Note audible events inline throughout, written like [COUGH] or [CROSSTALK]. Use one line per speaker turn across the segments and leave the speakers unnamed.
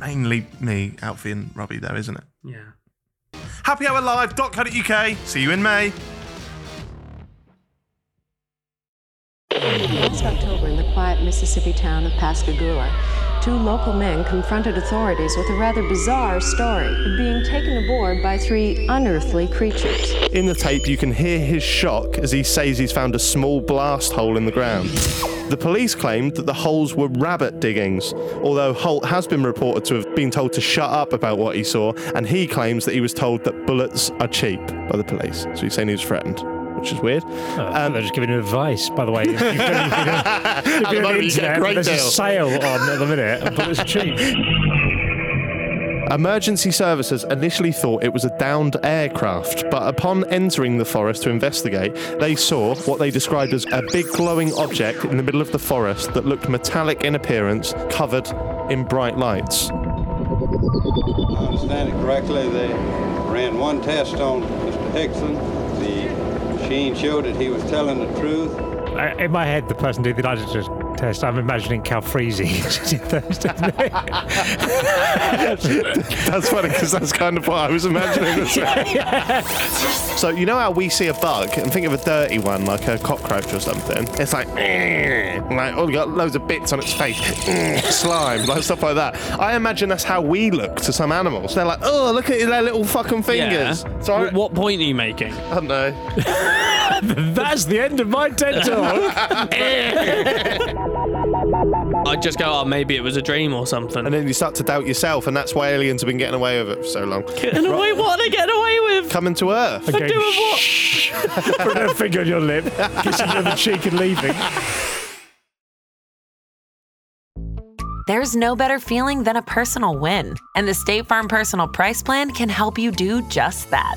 Mainly me, Alfie, and Robbie, though, isn't it?
Yeah.
happyhourlive.co.uk. See you in May.
Last October, in the quiet Mississippi town of Pascagoula, two local men confronted authorities with a rather bizarre story of being taken aboard by three unearthly creatures.
In the tape, you can hear his shock as he says he's found a small blast hole in the ground. The police claimed that the holes were rabbit diggings, although Holt has been reported to have been told to shut up about what he saw, and he claims that he was told that bullets are cheap by the police. So he's saying he was threatened, which is weird.
Um, they're just giving you advice, by the way. [LAUGHS] If
At the
you've done anything on- if you're on
moment,
the
you get a
internet,
great
there's a
deal.
sale on at the minute, but it's cheap.
Emergency services initially thought it was a downed aircraft, but upon entering the forest to investigate, they saw what they described as a big glowing object in the middle of the forest that looked metallic in appearance, covered in bright lights.
I understand it correctly, they ran one test on Mr. Hickson. The machine showed that he was telling the truth.
I, in my head, the person doing the nitrogen test, I'm imagining [LAUGHS] Calfreezy.
That's funny because that's kind of what I was imagining.
[LAUGHS]
as well. So you know how we see a bug and think of a dirty one like a cockroach or something? It's like, [CLEARS THROAT] like oh, you got loads of bits on its face, [CLEARS THROAT] slime, like stuff like that. I imagine that's how we look to some animals. They're like, oh, look at their little fucking fingers. So I,
Wh- what point are you making?
I don't know.
That's the end of my TED [LAUGHS] talk.
I'd just go, oh, maybe it was a dream or something.
And then you start to doubt yourself, and that's why aliens have been getting away with it for so long.
And [LAUGHS] wait, what are they getting away with?
Coming to Earth.
I'm going,
doing what?
Shh. Putting a finger on your lip, kissing you on the cheek, and leaving.
There's no better feeling than a personal win, and the State Farm Personal Price Plan can help you do just that.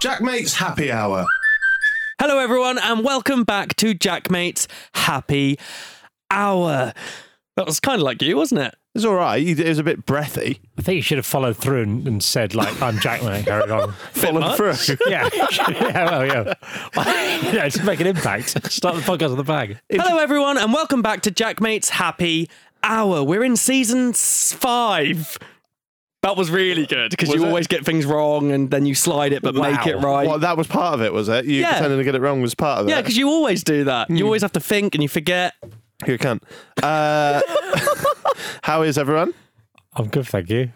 Jack Mate's happy hour.
Hello, everyone, and welcome back to Jackmate's Happy Hour. That was kind of like you, wasn't it?
It's all right. It was a bit breathy.
I think you should have followed through and, and said, like, I'm Jack when I carried on.
Falling through.
yeah. [LAUGHS] yeah, [LAUGHS] well, yeah. yeah. To make an impact, start the podcast with the bag.
Hello, everyone, and welcome back to Jackmate's Happy Hour. We're in season s- five. That was really good because
Was
you
it?
always get things wrong and then you slide it but make it right.
Well, that was part of it, was it? You
Yeah.
pretending to get it wrong was part of it.
yeah, because you always do that. You always have to think and you forget.
You're a cunt. Uh, [LAUGHS] how is everyone?
I'm good, thank you.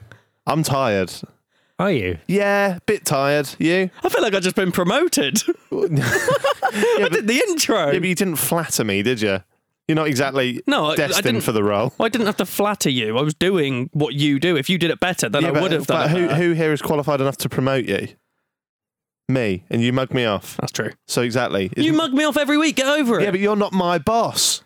I'm tired.
Are you?
Yeah, bit tired. You?
I feel like I've just been promoted. [LAUGHS]
[LAUGHS]
I did the intro.
Yeah, but you didn't flatter me, did you? You're not exactly
No, I- I
destined
didn't-
for the role.
Well, I didn't have to flatter you. I was doing what you do. If you did it better, then
yeah,
I
but,
would have done
but
it.
who,
better.
who here is qualified enough to promote you? Me. And you mug me off.
That's true.
So exactly.
You
Isn't-
mug me off every week. Get over it.
Yeah, but you're not my boss.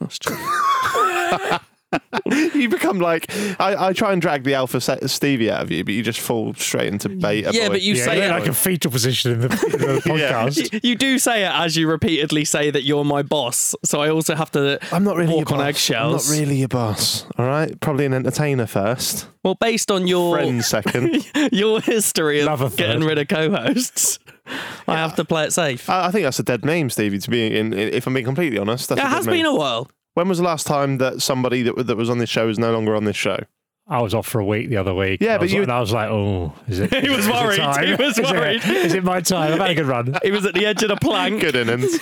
That's true.
[LAUGHS] you become like I, I try and drag the alpha se- Stevie out of you, but you just fall straight into beta.
Yeah,
boy.
but you
Yeah,
say
you're
it
like a fetal position in the, in the
[LAUGHS]
[LAUGHS] podcast.
You, you do say it as you repeatedly say that you're my boss, so I also have to
I'm not really
walk
your
on
boss.
eggshells.
I'm not really your boss. All right, probably an entertainer first,
Well, based on your
friend
[LAUGHS]
second.
your history
Love a
of
third.
getting rid of co-hosts, I have to play it safe.
I, I think that's a dead name, Stevie. To be in, if I'm being completely honest, that's
it
a dead
has
name.
been a while.
When was the last time that somebody that, that was on this show is no longer on this show?
I was off for a week the other week.
Yeah,
and I
but
was
you-
like- and I was like, oh, is it?
[LAUGHS] He was
is it
worried.
time? [LAUGHS]
He was
Is it-
worried.
Is it my time? I've had a good run.
[LAUGHS] It was at the edge
[LAUGHS]
of the plank.
Good innings.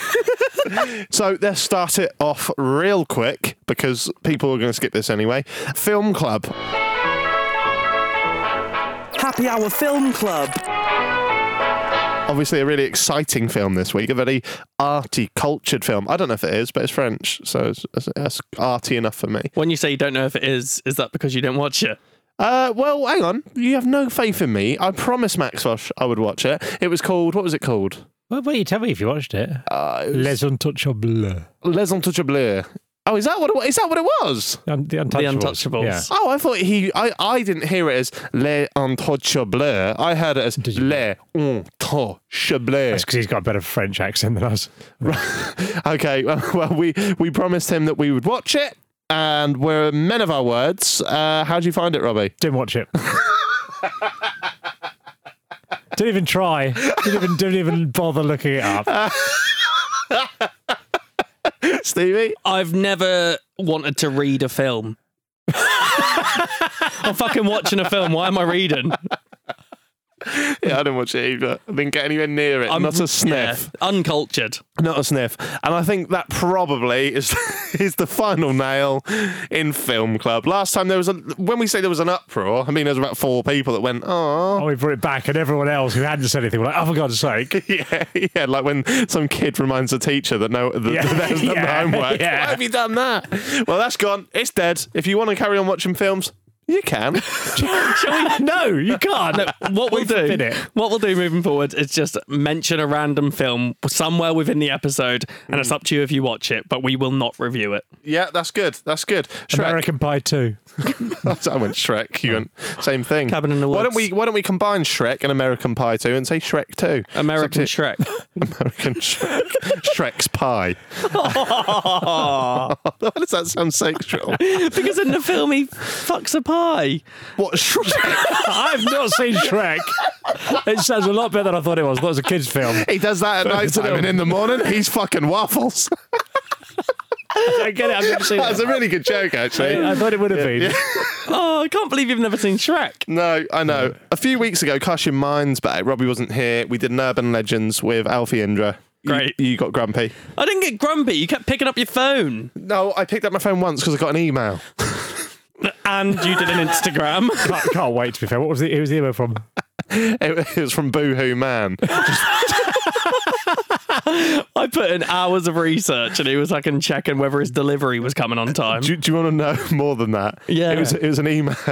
so let's start it off real quick because people are going to skip this anyway. Film club.
Happy Hour Film Club.
Obviously, a really exciting film this week. A very arty, cultured film. I don't know if it is, but it's French, so it's, it's, it's arty enough for me.
When you say you don't know if it is, is that because you don't watch it?
Uh, well, hang on. You have no faith in me. I promised Maxwell sh- I would watch it. It was called. What was it called?
Well, wait, tell me if you watched it.
Uh,
Les Untouchables.
Les Intouchables. Oh, is that what? It, wa- is that what it was?
Um, the Untouchables.
Untouchables.
Yeah.
Oh, I thought he. I, I didn't hear it as Les Intouchables. I heard it as
Did you-
Les Intouchables.
That's because he's got a better French accent than us.
[LAUGHS] Okay, [LAUGHS] well, well, we we promised him that we would watch it, and we're men of our words. Uh, how do you find it, Robbie?
Didn't
[LAUGHS]
watch it. didn't even try. Didn't even, didn't even bother looking it up.
Uh. Stevie?
I've never wanted to read a film. I'm fucking watching a film. Why am I reading?
Yeah, I didn't watch it either. I didn't get anywhere near it.
I'm
not a sniff.
yeah, uncultured.
Not a sniff. And I think that probably is [LAUGHS] is the final nail in film club. Last time there was a when we say there was an uproar, I mean there was about four people that went, oh.
Oh, we brought it back, and everyone else who hadn't said anything were like, oh, for
[LAUGHS]
God's sake.
Yeah, yeah, like when some kid reminds a teacher that no, [LAUGHS] that
Yeah.
there's no
Yeah,
homework.
yeah.
Why have you done that? Well, that's gone. It's dead. If you want to carry on watching films, you can.
no, you can't. [LAUGHS]
What we'll
We've
do,
been it.
what we'll do moving forward is just mention a random film somewhere within the episode, and it's up to you if you watch it. But we will not review it.
[LAUGHS] yeah, that's good. That's good. Shrek.
American Pie 2.
[LAUGHS] I went Shrek. You went same thing.
Cabin in the
Why don't
Woods.
we Why don't we combine Shrek and American Pie two and say Shrek two?
[LAUGHS] American
It's
Shrek.
like t- American Shrek. [LAUGHS] Shrek's pie. Why does that sound sexual?
[LAUGHS] because in the film he fucks a pie.
What Shrek?
I've not seen Shrek. It sounds a lot better than I thought it was. I thought it was a kid's film.
He does [LAUGHS] that at night time, and in the morning he's fucking waffles.
I get it. I've never
[LAUGHS]
seen
That's
it.
a really good joke, actually.
I thought it would have been.
[LAUGHS] Oh, I can't believe you've never seen Shrek.
No, I know. A few weeks ago, Cast Your Minds back. Robbie wasn't here. We did an Urban Legends with Alfie Indra. You-
Great.
You, got grumpy.
I didn't get grumpy. You kept picking up your phone,
No, I picked up my phone once because I got an email.
and you did an [LAUGHS] Instagram.
Can't, can't wait, to be fair. What was the, who was the email from?
[LAUGHS] It, it was from Boo Hoo Man.
I put in hours of research, and he was like, and checking whether his delivery was coming on time.
Do, do you want to know [LAUGHS] more than that?
Um, Yeah.
It was, it was an email. [LAUGHS]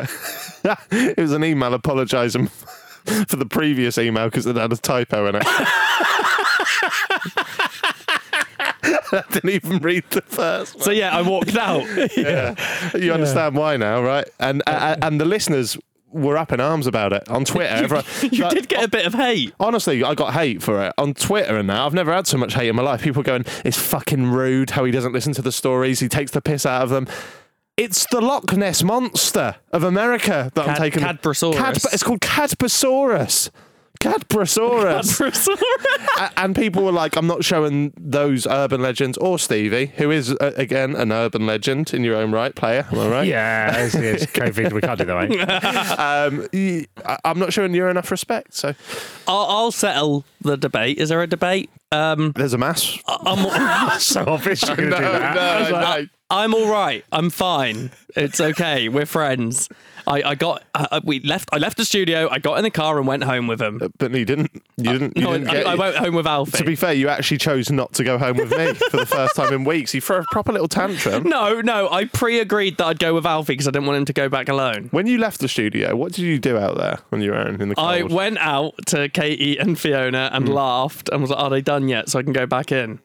it was an email apologising [LAUGHS] for the previous email because it had a typo in it. [LAUGHS] I didn't even read the first one.
So yeah, I
[LAUGHS]
walked out.
You understand why now, right? And uh, and the listeners were up in arms about it on Twitter. Everyone-
[LAUGHS] You
like,
did get a bit
[LAUGHS]
of hate.
Honestly, I got hate for it on Twitter and that. I've never had so much hate in my life. People going, "It's fucking rude how he doesn't listen to the stories. He takes the piss out of them." It's the Loch Ness monster of America that I'm
Cad-
taking.
Cadbrosaurus.
it's called Cadbrosaurus.
[LAUGHS]
Cadbrosaurus. A- and people were like, "I'm not showing those urban legends or Stevie, who is uh, again an urban legend in your own right, player. Am I
Oh,
right?
Yeah, it's, it's COVID. We can't
[LAUGHS]
do that, mate.
[LAUGHS] um, y- I- I'm not showing you enough respect. So
I'll, I'll settle the debate. Is there a debate? Um,
there's a mass.
I'm,
So obviously you're going to do that. I was Oh, like,
I'm all right. I'm fine. It's okay. We're friends. I, I got I, we left. I left the studio. I got in the car and went home with him.
But you didn't. You didn't. You
No, I,
didn't get,
I went home with Alfie.
to be fair, you actually chose not to go home with me for the first time in weeks. You threw a proper little
[LAUGHS]
tantrum.
no, no. I pre-agreed that I'd go with Alfie because I didn't want him to go back alone.
When you left the studio, what did you do out there on your own in the cold?
I went
Hmm.
out to Katie and Fiona and laughed and was like, "Are they done yet?" So I can go back in.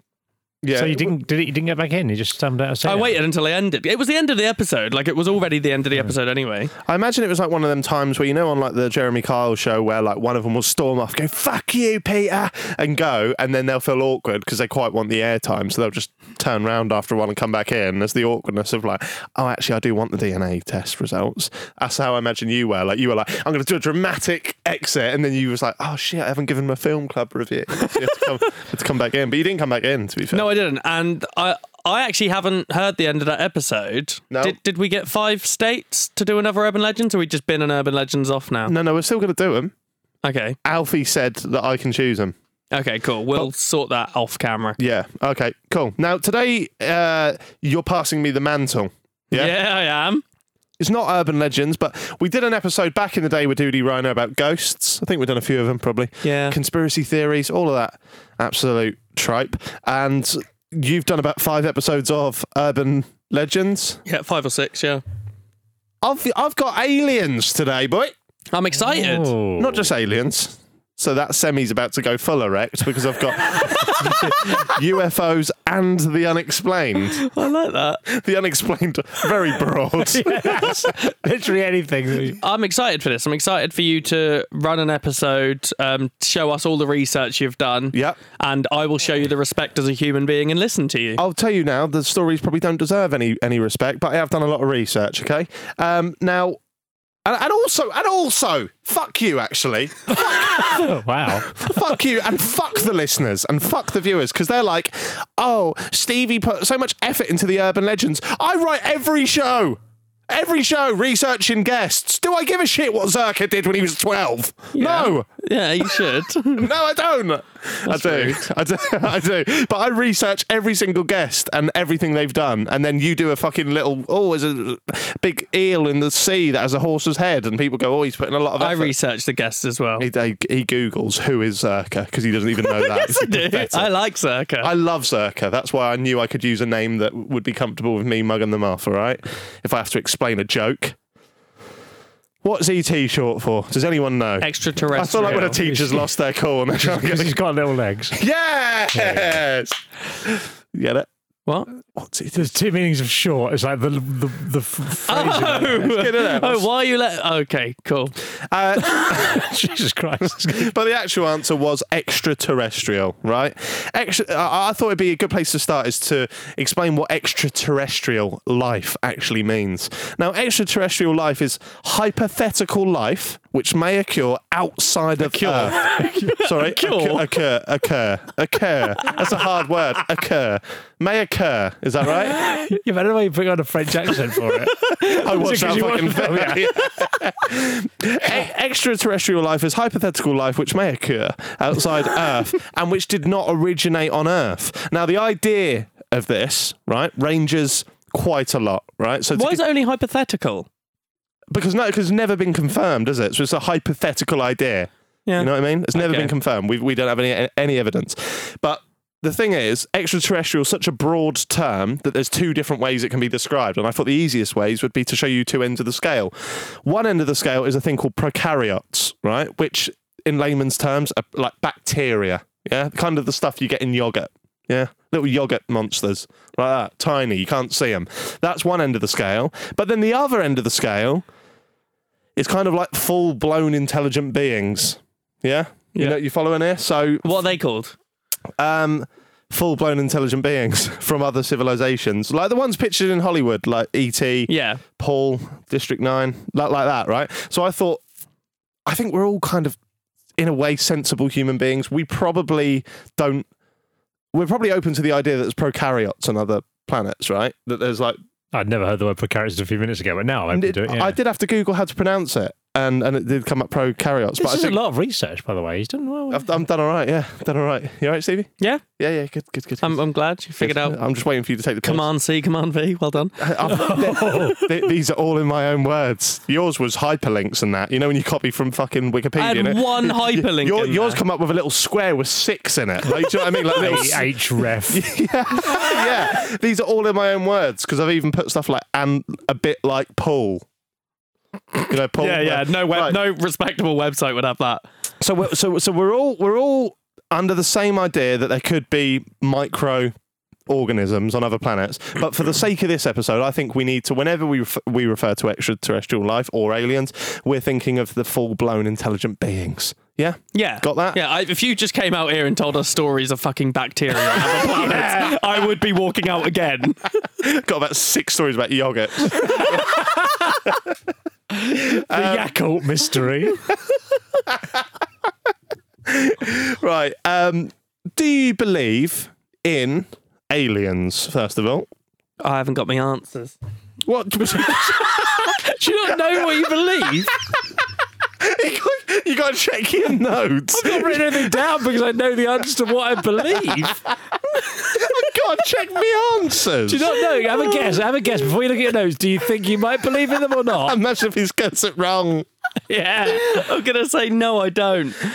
Yeah.
So you didn't did it, you didn't get back in. You just stumbled out of
I waited until I ended. It was the end of the episode. Like it was already the end of the episode anyway.
I imagine it was like one of them times where you know on like the Jeremy Kyle show where like one of them will storm off, go "fuck you, Peter," and go, and then they'll feel awkward because they quite want the airtime, so they'll just turn round after a while and come back in. There's the awkwardness of like, oh, actually, I do want the DNA test results. That's how I imagine you were. Like you were like, I'm going to do a dramatic exit, and then you was like, oh shit, I haven't given my film club review. [LAUGHS] So you had to, come, had to come back in, but you didn't come back in. To be fair,
No, I didn't. And I I actually haven't heard the end of that episode.
No.
Did, did we get five states to do another Urban Legends, or we just been an Urban Legends off now?
no, no, we're still going to do them.
Okay.
Alfie said that I can choose them.
Okay, cool. We'll sort that off camera.
Yeah. Okay. Cool. Now today, uh, you're passing me the mantle. Yeah.
I am.
It's not urban legends, but we did an episode back in the day with Doody Rhino about ghosts. I think we've done a few of them, probably.
Yeah.
Conspiracy theories, all of that absolute tripe. And you've done about five episodes of urban legends.
Yeah, five or six, yeah.
I've I've got aliens today, boy.
I'm excited.
[LAUGHS]
Not just aliens. So that semi's about to go full erect because I've got [LAUGHS] UFOs and the unexplained.
[LAUGHS] I like that.
The unexplained, very broad.
[LAUGHS]
literally anything.
I'm excited for this. I'm excited for you to run an episode, um, show us all the research you've done.
Yep.
And I will show you the respect as a human being and listen to you.
I'll tell you now, the stories probably don't deserve any any respect, but I have done a lot of research. Okay, um, now. And, and also, and also, fuck you, actually.
Wow.
fuck you, and fuck the listeners, and fuck the viewers, because they're like, oh, Stevie put so much effort into the urban legends. I write every show, every show, researching guests. Do I give a shit what Zerka did when he was 12? No.
Yeah, you should.
[LAUGHS] No, I don't. I do. [LAUGHS] I do. I do. But I research every single guest and everything they've done, and then you do a fucking little. Oh, there's a big eel in the sea that has a horse's head, and people go, "Oh, he's putting a lot of."
I
Effort.
researched the guests as well.
He, he, he googles who is Zerka because he doesn't even know that.
[LAUGHS] Yes, I do.
Pathetic.
I like Circa.
I love Zerka. That's why I knew I could use a name that would be comfortable with me mugging them off. All right, if I have to explain a joke. What's ET short for? Does anyone know?
Extraterrestrial.
I feel like when a teacher's lost their cool and they're trying to get
Because he's got little legs.
Yes. You Get it? [LAUGHS]
What?
What's it?
There's two meanings of short. It's like the the the. f- phrasing.
Get it [LAUGHS]
Oh,
out. Uh,
oh, why are you let? Okay, cool.
[LAUGHS] Jesus Christ.
But the actual answer was extraterrestrial, right? Extra, I, I thought it'd be a good place to start is to explain what extraterrestrial life actually means. Now, extraterrestrial life is hypothetical life which may occur outside of Earth. [LAUGHS] Sorry, occur, occur, occur, occur. That's a hard word. Occur may occur. Is that right?
You better way you put on a French accent for it.
I watched
Is it 'cause
that
you
fucking
watched
film. [LAUGHS] E- extraterrestrial life is hypothetical life which may occur outside [LAUGHS] Earth and which did not originate on Earth. Now, the idea of this, right, ranges quite a lot, right? So to
Why
gi-
is it only hypothetical?
because no, because it's never been confirmed, is it? So it's a hypothetical idea.
Yeah.
You know what I mean? It's never
Okay.
been confirmed. We, we don't have any any evidence. But the thing is, extraterrestrial is such a broad term that there's two different ways it can be described. And I thought the easiest ways would be to show you two ends of the scale. One end of the scale is a thing called prokaryotes, right? Which, in layman's terms, are like bacteria. Yeah, kind of the stuff you get in yogurt. Yeah, little yogurt monsters like that, tiny. You can't see them. That's one end of the scale. But then the other end of the scale it's kind of like full blown intelligent beings. Yeah? You
Yeah.
know, you following here? So,
What are they called?
um, full blown intelligent beings [LAUGHS] from other civilizations, like the ones pictured in Hollywood, like E E.T.,
Yeah.
Paul, District 9, like, like that, right? So I thought, I think we're all kind of, in a way, sensible human beings. We probably don't, we're probably open to the idea that there's prokaryotes on other planets, right? That there's like
I'd never heard the word prokaryotes a few minutes ago, but now I'm
And
to
it-
do it. Yeah.
I did have to Google how to pronounce it, and and it did come up prokaryotes.
This
but
is
I think
a lot of research, by the way. He's done well.
I've, I'm done all right. Yeah, done all right. You all right, Stevie?
Yeah.
Yeah, yeah, good, good, good.
I'm,
good.
I'm glad you figured out.
I'm just waiting for you to take the piss.
Command C, Command V. Well
[LAUGHS]
done.
I'm- th-
[LAUGHS]
th- these are all in my own words. Yours was hyperlinks and that. You know when you copy from fucking Wikipedia.
I had
innit?
one
Y-
hyperlink.
Your,
in
yours
there.
come up with a little square with six in it. Like, do you know what I mean? Like
[LAUGHS]
little, s-
H ref.
[LAUGHS] yeah. These are all in my own words because I've even put stuff like and a bit like Paul. You know, Paul.
Yeah, yeah. No web,
Right.
no respectable website would have that.
So we're, so so we're all we're all under the same idea that there could be micro organisms on other planets. But for the sake of this episode, I think we need to, whenever we, ref- we refer to extraterrestrial life or aliens, we're thinking of the full blown intelligent beings. Yeah?
Yeah.
Got that?
Yeah. I, if you just came out here and told us stories of fucking bacteria on other
[LAUGHS]
planets, I would be walking out again.
[LAUGHS] Got about six stories about yogurt.
The Yakult [LAUGHS] mystery.
[LAUGHS] right. Um, do you believe in aliens, first of all?
I haven't got my answers.
What?
Do you not know what you believe?
[LAUGHS] you got to check [LAUGHS] your notes.
I've not written anything down because I know the answer to what I believe.
God, check my answers.
Do you not know? Have a guess. Have a guess before you look at your nose. Do you think you might believe in them or not?
Imagine if he's gets it wrong.
Yeah. I'm going to say, no, I don't. [LAUGHS]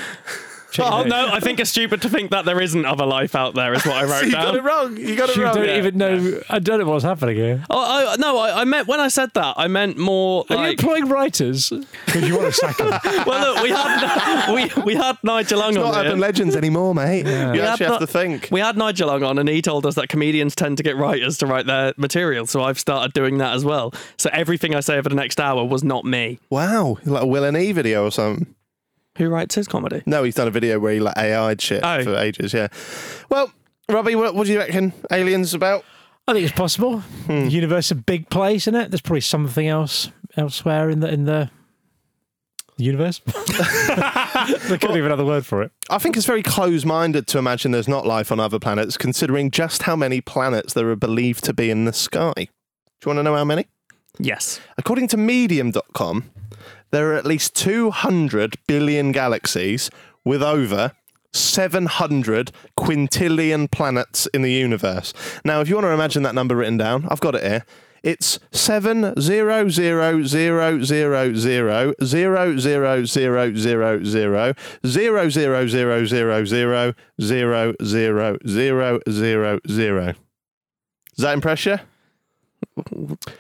Oh, no, I
[LAUGHS]
think it's stupid to think that there isn't other life out there, is what I wrote
you
down.
got it wrong. You got it
You
wrong.
don't even know. I don't know what's happening here.
Oh, I, no, I, I meant when I said that, I meant more
Are you
like.
employing writers? [LAUGHS] Because you want to sack them. [LAUGHS]
well, look, we had [LAUGHS] we, we had Nigel Long
Not
on.
urban
here.
legends anymore, mate. You
We had
actually have
Ni-
to think.
We had Nigel Long on, and he told us that comedians tend to get writers to write their material. So I've started doing that as well. So everything I say over the next hour was not me.
Wow, like a Will and E video or something.
Who writes his comedy?
No, he's done a video where he like AI'd shit
Oh.
for ages. Yeah. Well, Robbie, what, what do you reckon aliens about?
I think it's possible. The universe is a big place, isn't it? There's probably something else elsewhere in the in the universe. [LAUGHS] There could be another word for it.
I think it's very close-minded to imagine there's not life on other planets, considering just how many planets there are believed to be in the sky. Do you want to know how many?
Yes.
According to Medium.com, there are at least 200 billion galaxies with over 700 quintillion planets in the universe. Now, if you want to imagine that number written down, I've got it here. It's seven zero zero zero zero zero zero zero zero zero zero zero zero zero zero zero zero zero zero zero zero. Does that impress you?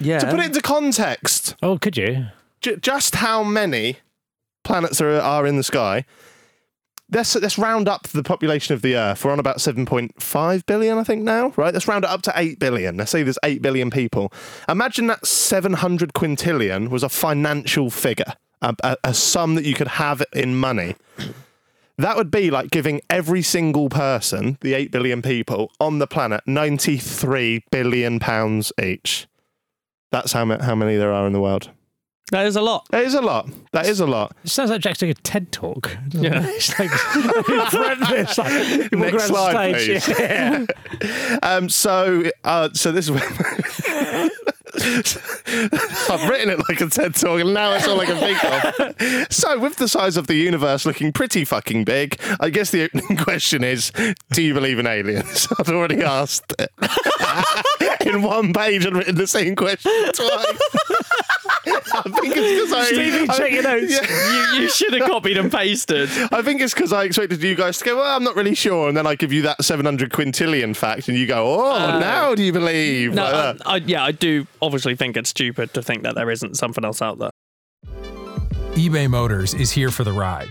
Yeah.
To put it into context,
Oh, could you?
ju- just how many planets are, are in the sky. Let's, let's round up the population of the Earth. We're on about 7.5 billion, I think, now, right? Let's round it up to 8 billion. Let's say there's 8 billion people. Imagine that 700 quintillion was a financial figure, a, a, a sum that you could have in money. That would be like giving every single person, the 8 billion people on the planet, 93 billion pounds each. That's how, ma- how many there are in the world.
that is a lot.
That is a lot. That is a lot.
It sounds like Jack's doing a TED talk.
Yeah.
[LAUGHS] it's like, it's like you walk
Next
around
slide,
the stage.
please.
Yeah.
Um, so, uh, so this is. [LAUGHS] I've written it like a TED talk, and now it's all I can think of. So, with the size of the universe looking pretty fucking big, I guess the opening [LAUGHS] question is: Do you believe in aliens? [LAUGHS] I've already asked it. [LAUGHS] in one page, I've written the same question twice. [LAUGHS] I think it's because I.
Stevie,
I-
check your
[LAUGHS]
notes.
Yeah.
You, you should have copied and pasted.
I think it's because I expected you guys to go, well, I'm not really sure. And then I give you that 700 quintillion fact, and you go, oh, now do you believe?
No,
Like
I,
that.
I, yeah, I do obviously think it's stupid to think that there isn't something else out there.
eBay Motors is here for the ride.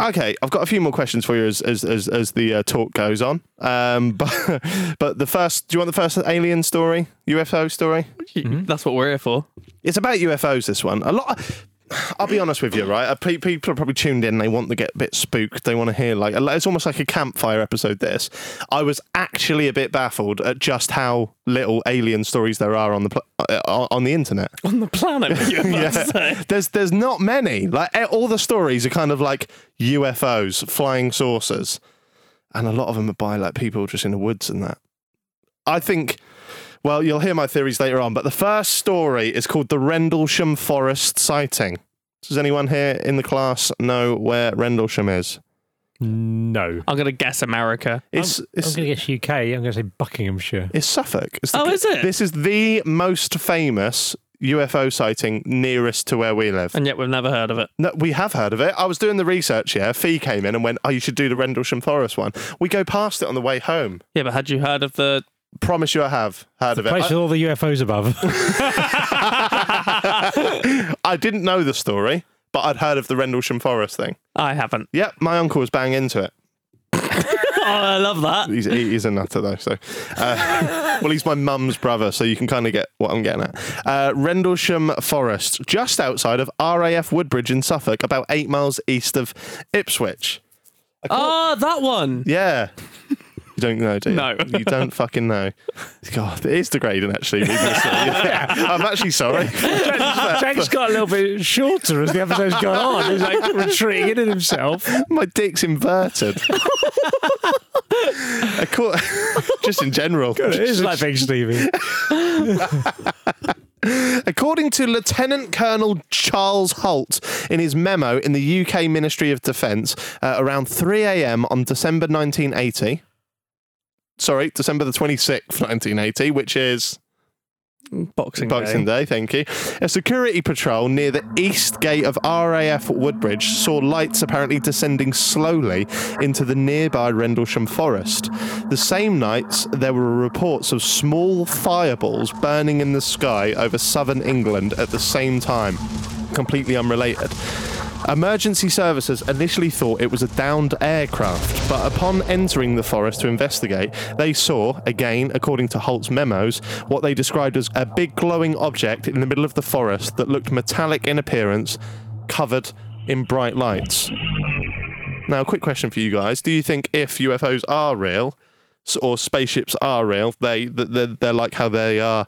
Okay, I've got a few more questions for you as as, as, as the uh, talk goes on. Um, [LAUGHS] but, but the first, do you want the first alien story, UFO story?
That's what we're here for.
It's about UFOs. This one, a lot. I'll be honest with you, right? Uh, pe- People are probably tuned in. They want to get a bit spooked. They want to hear like it's almost like a campfire episode. This, I was actually a bit baffled at just how little alien stories there are on the pl- uh, on on the internet.
On the planet, [LAUGHS] you
[LAUGHS]
yeah.
There's there's not many. Like eh, all the stories are kind of like UFOs, flying saucers, and a lot of them are by like people just in the woods and that. I think. Well, you'll hear my theories later on, but the first story is called the Rendlesham Forest sighting. Does anyone here in the class know where Rendlesham is?
[LAUGHS] No.
I'm going to guess America.
It's
I'm
it's,
going to guess UK. I'm going to say Buckinghamshire.
it's Suffolk. It's
Oh, is it?
This is the most famous UFO sighting nearest to where we live.
And yet we've never heard of it.
No, we have heard of it. I was doing the research, yeah. Fee came in and went, Oh, you should do the Rendlesham Forest one. We go past it on the way home.
Yeah, but had you heard of the.
Promise you I have heard of it.
Place
I-
with all the UFOs [LAUGHS] above.
[LAUGHS] I didn't know the story, but I'd heard of the Rendlesham Forest thing.
I haven't.
Yep, my uncle was bang into it.
Oh, I love that.
He's, he- he's a nutter though, so. Uh, [LAUGHS] well, he's my mum's brother, so you can kind of get what I'm getting at. Uh, Rendlesham Forest, just outside of RAF Woodbridge in Suffolk, about eight miles east of Ipswich.
Oh, that one.
Yeah. You don't know, do you?
No.
You don't fucking know. God, it is degrading, actually. reading this story. Yeah. I'm actually sorry.
Jack's got a little bit shorter as the episode's gone on. He's [LAUGHS] like retreating into himself.
My dick's inverted. A cor- [LAUGHS] Just in general.
It is like Big Stevie.
According to Lieutenant Colonel Charles Holt in his memo in the UK Ministry of Defence uh, around 3 a.m. on December 1980. Sorry, December the 26th, 1980, which is
Boxing,
Boxing
Day.
Day. thank you. A security patrol near the east gate of RAF Woodbridge saw lights apparently descending slowly into the nearby Rendlesham Forest. The same nights, there were reports of small fireballs burning in the sky over southern England at the same time, completely unrelated. Emergency services initially thought it was a downed aircraft, but upon entering the forest to investigate, they saw, again according to Holt's memos, what they described as a big glowing object in the middle of the forest that looked metallic in appearance, covered in bright lights. Now, a quick question for you guys: Do you think if UFOs are real, s- or spaceships are real, they th- they're, they're like how they are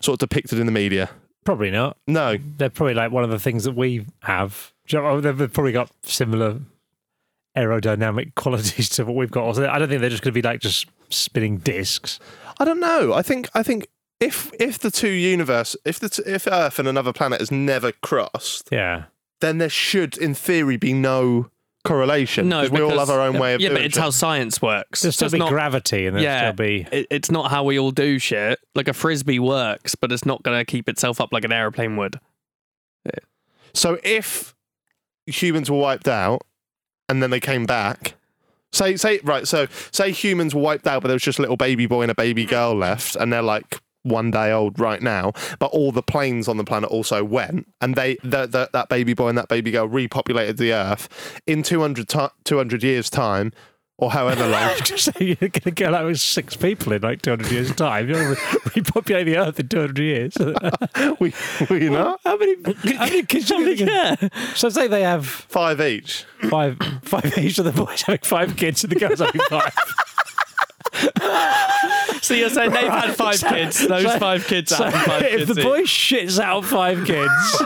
sort of depicted in the media?
Probably not.
No,
They're probably like one of the things that we have. Do you know, oh, they've probably got similar aerodynamic [LAUGHS] qualities to what we've got. Also, I don't think they're just going to be like just spinning discs.
I don't know. I think I think if if the two universe, if the t- if Earth and another planet has never crossed,
Yeah.
then there should, in theory, be no correlation.
No,
we all
because-
have our own way of
Yeah,
doing
but it's
shit.
how science works.
There'll still
It's
be
not-
gravity and there'll
yeah,
still be. [LAUGHS]
it- it's not how we all do shit. Like a frisbee works, but it's not going to keep itself up like an aeroplane would.
So if humans were wiped out and then they came back, say say right, so say humans were wiped out, but there was just a little baby boy and a baby girl left, and they're like one day old right now, but all the planes on the planet also went, and they the, the, that baby boy and that baby girl repopulated the Earth in 200, ti 200 years time or however [LAUGHS] long.
Just say you're going to get like with six people in like 200 years' time. You're going to [LAUGHS] repopulate the earth in
[LAUGHS]
200 years.
we we not
[LAUGHS] how many, how many kids are you gonna
Yeah.
get? So say they have
five each.
five, five each of the boys having five kids and the girls having five.
So you're saying they've had [LAUGHS] five kids. Those
so-
five kids
So
have five
if
kids.
the
each.
boy shits out five kids,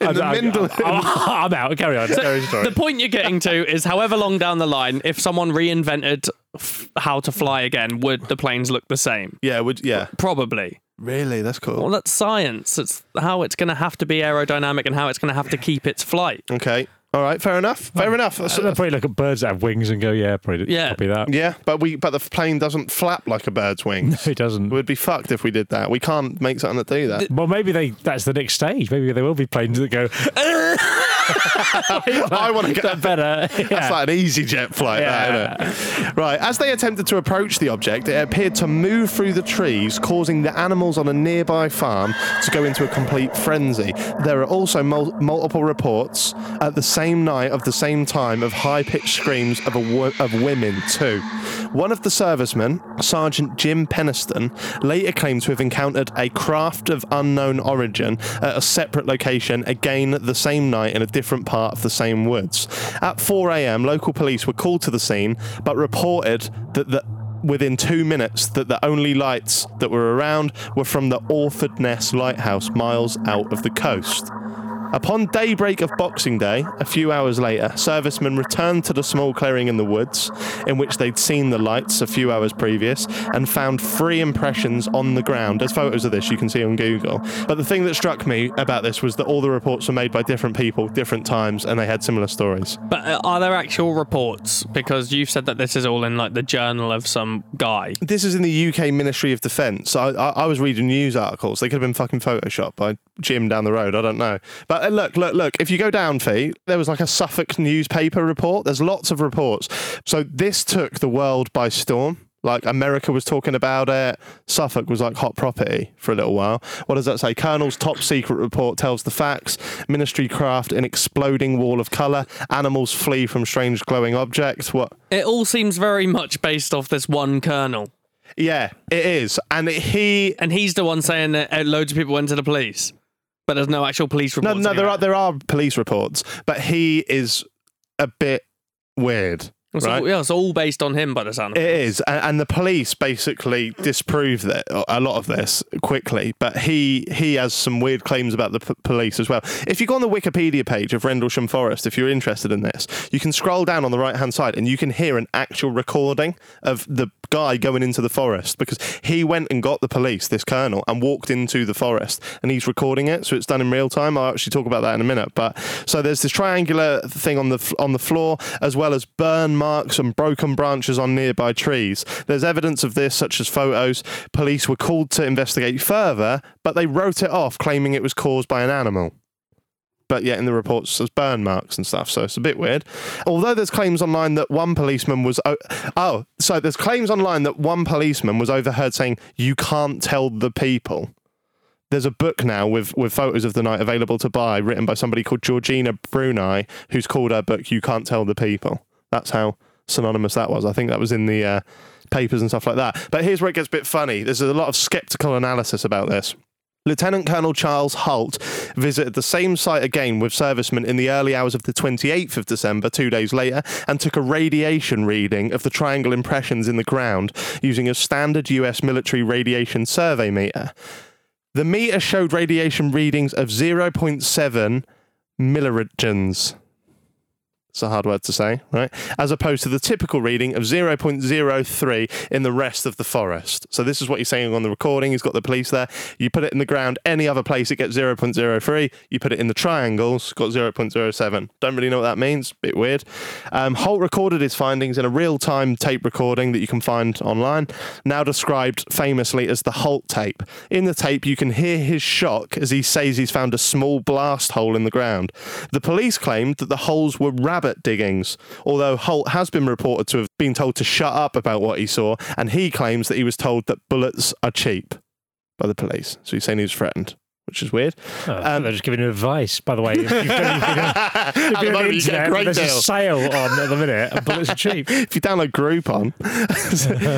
In the
I'm,
middle,
I'm, I'm, I'm out. Carry on. Carry on, sorry.
The point you're getting to is however long down the line, if someone reinvented f- how to fly again, would the planes look the same?
[LAUGHS] yeah, would yeah.
Probably.
Really, that's cool.
Well, that's science. It's how it's going to have to be aerodynamic and how it's going to have to keep its flight.
Okay, all right, fair enough, fair enough.
So they'll probably look at birds that have wings and go, yeah, probably
Yeah.
copy that.
Yeah, but we but the plane doesn't flap like a bird's wings.
It doesn't.
[LAUGHS] We'd be fucked if we did that. We can't make something that do
[LAUGHS]
that.
Well, maybe they that's the next stage. Maybe there will be planes that go,
I want to get that
[LAUGHS] better.
[LAUGHS] That's like an easy jet flight, that, isn't it? Right. As they attempted to approach the object, it appeared to move through the trees, causing the animals on a nearby farm to go into a complete frenzy. There are also mul- multiple reports at the same night of the same time of high pitched screams of, a wo- of women, too. One of the servicemen, Sergeant Jim Peniston, later claimed to have encountered a craft of unknown origin at a separate location, again the same night in a different part of the same woods. At 4 a.m., local police were called to the scene, but reported that the Within two minutes, that the only lights that were around were from the Orford Ness Lighthouse, miles out of the coast. Upon daybreak of Boxing Day, a few hours later, servicemen returned to the small clearing in the woods in which they'd seen the lights a few hours previous and found three impressions on the ground. There's photos of this you can see on Google. But the thing that struck me about this was that all the reports were made by different people, different times, and they had similar stories.
But uh, are there actual reports? Because you've said that this is all in like the journal of some guy.
This is in the UK Ministry of Defence. I, I, I was reading news articles. They could have been fucking photoshopped by Jim down the road. I don't know. But uh, look, look, look. If you go down, Fee, there was like a Suffolk newspaper report. There's lots of reports. So this took the world by storm. Like America was talking about it. Suffolk was like hot property for a little while. What does that say? Colonel's top secret report tells the facts. Ministry craft an exploding wall of colour. Animals flee from strange glowing objects. What?
It all seems very much based off this one colonel.
Yeah, it is. And he
and he's the one saying that uh, loads of people went to the police, but there's no actual police
No,
reports.
no, there
anywhere.
are there are police reports, but he is a bit weird.
It's
right?
all, yeah, it's all based on him by the sound. of it.
It is, and, and the police basically disprove that a lot of this quickly. But he he has some weird claims about the p- police as well. If you go on the Wikipedia page of Rendlesham Forest, if you're interested in this, you can scroll down on the right hand side and you can hear an actual recording of the guy going into the forest because he went and got the police, this colonel, and walked into the forest, and he's recording it, so it's done in real time. I'll actually talk about that in a minute. But so there's this triangular thing on the f- on the floor, as well as burn marks and broken branches on nearby trees. There's evidence of this, such as photos. Police were called to investigate further, but they wrote it off, claiming it was caused by an animal but yet in the reports there's burn marks and stuff, so it's a bit weird. Although there's claims online that one policeman was o- oh, so there's claims online that one policeman was overheard saying, "You can't tell the people." There's a book now with with photos of the night available to buy, written by somebody called Georgina Brunei, who's called her book "You Can't Tell the People." That's how synonymous that was. I think that was in the uh, papers and stuff like that. But here's where it gets a bit funny. There's a lot of skeptical analysis about this. Lieutenant Colonel Charles Holt visited the same site again with servicemen in the early hours of the 28th of December, two days later, and took a radiation reading of the triangle impressions in the ground using a standard US military radiation survey meter. The meter showed radiation readings of 0.7 millirogens. It's a hard word to say, right? As opposed to the typical reading of 0.03 in the rest of the forest. So this is what he's saying on the recording. He's got the police there. You put it in the ground, any other place, it gets 0.03. You put it in the triangles, got 0.07. Don't really know what that means. Bit weird. Um, Holt recorded his findings in a real-time tape recording that you can find online, now described famously as the Holt tape. In the tape, you can hear his shock as he says he's found a small blast hole in the ground. The police claimed that the holes were rabbit diggings, although Holt has been reported to have been told to shut up about what he saw, and he claims that he was told that bullets are cheap by the police. So he's saying he was threatened, which is weird.
Oh, I thought
Um,
they were just giving you advice, by the way. If you've done anything on-
[LAUGHS] At
if
the
you're on the
moment, you get a
internet,
great
there's
deal.
a sale on at the minute, and bullets are
[LAUGHS]
cheap.
if you download Groupon.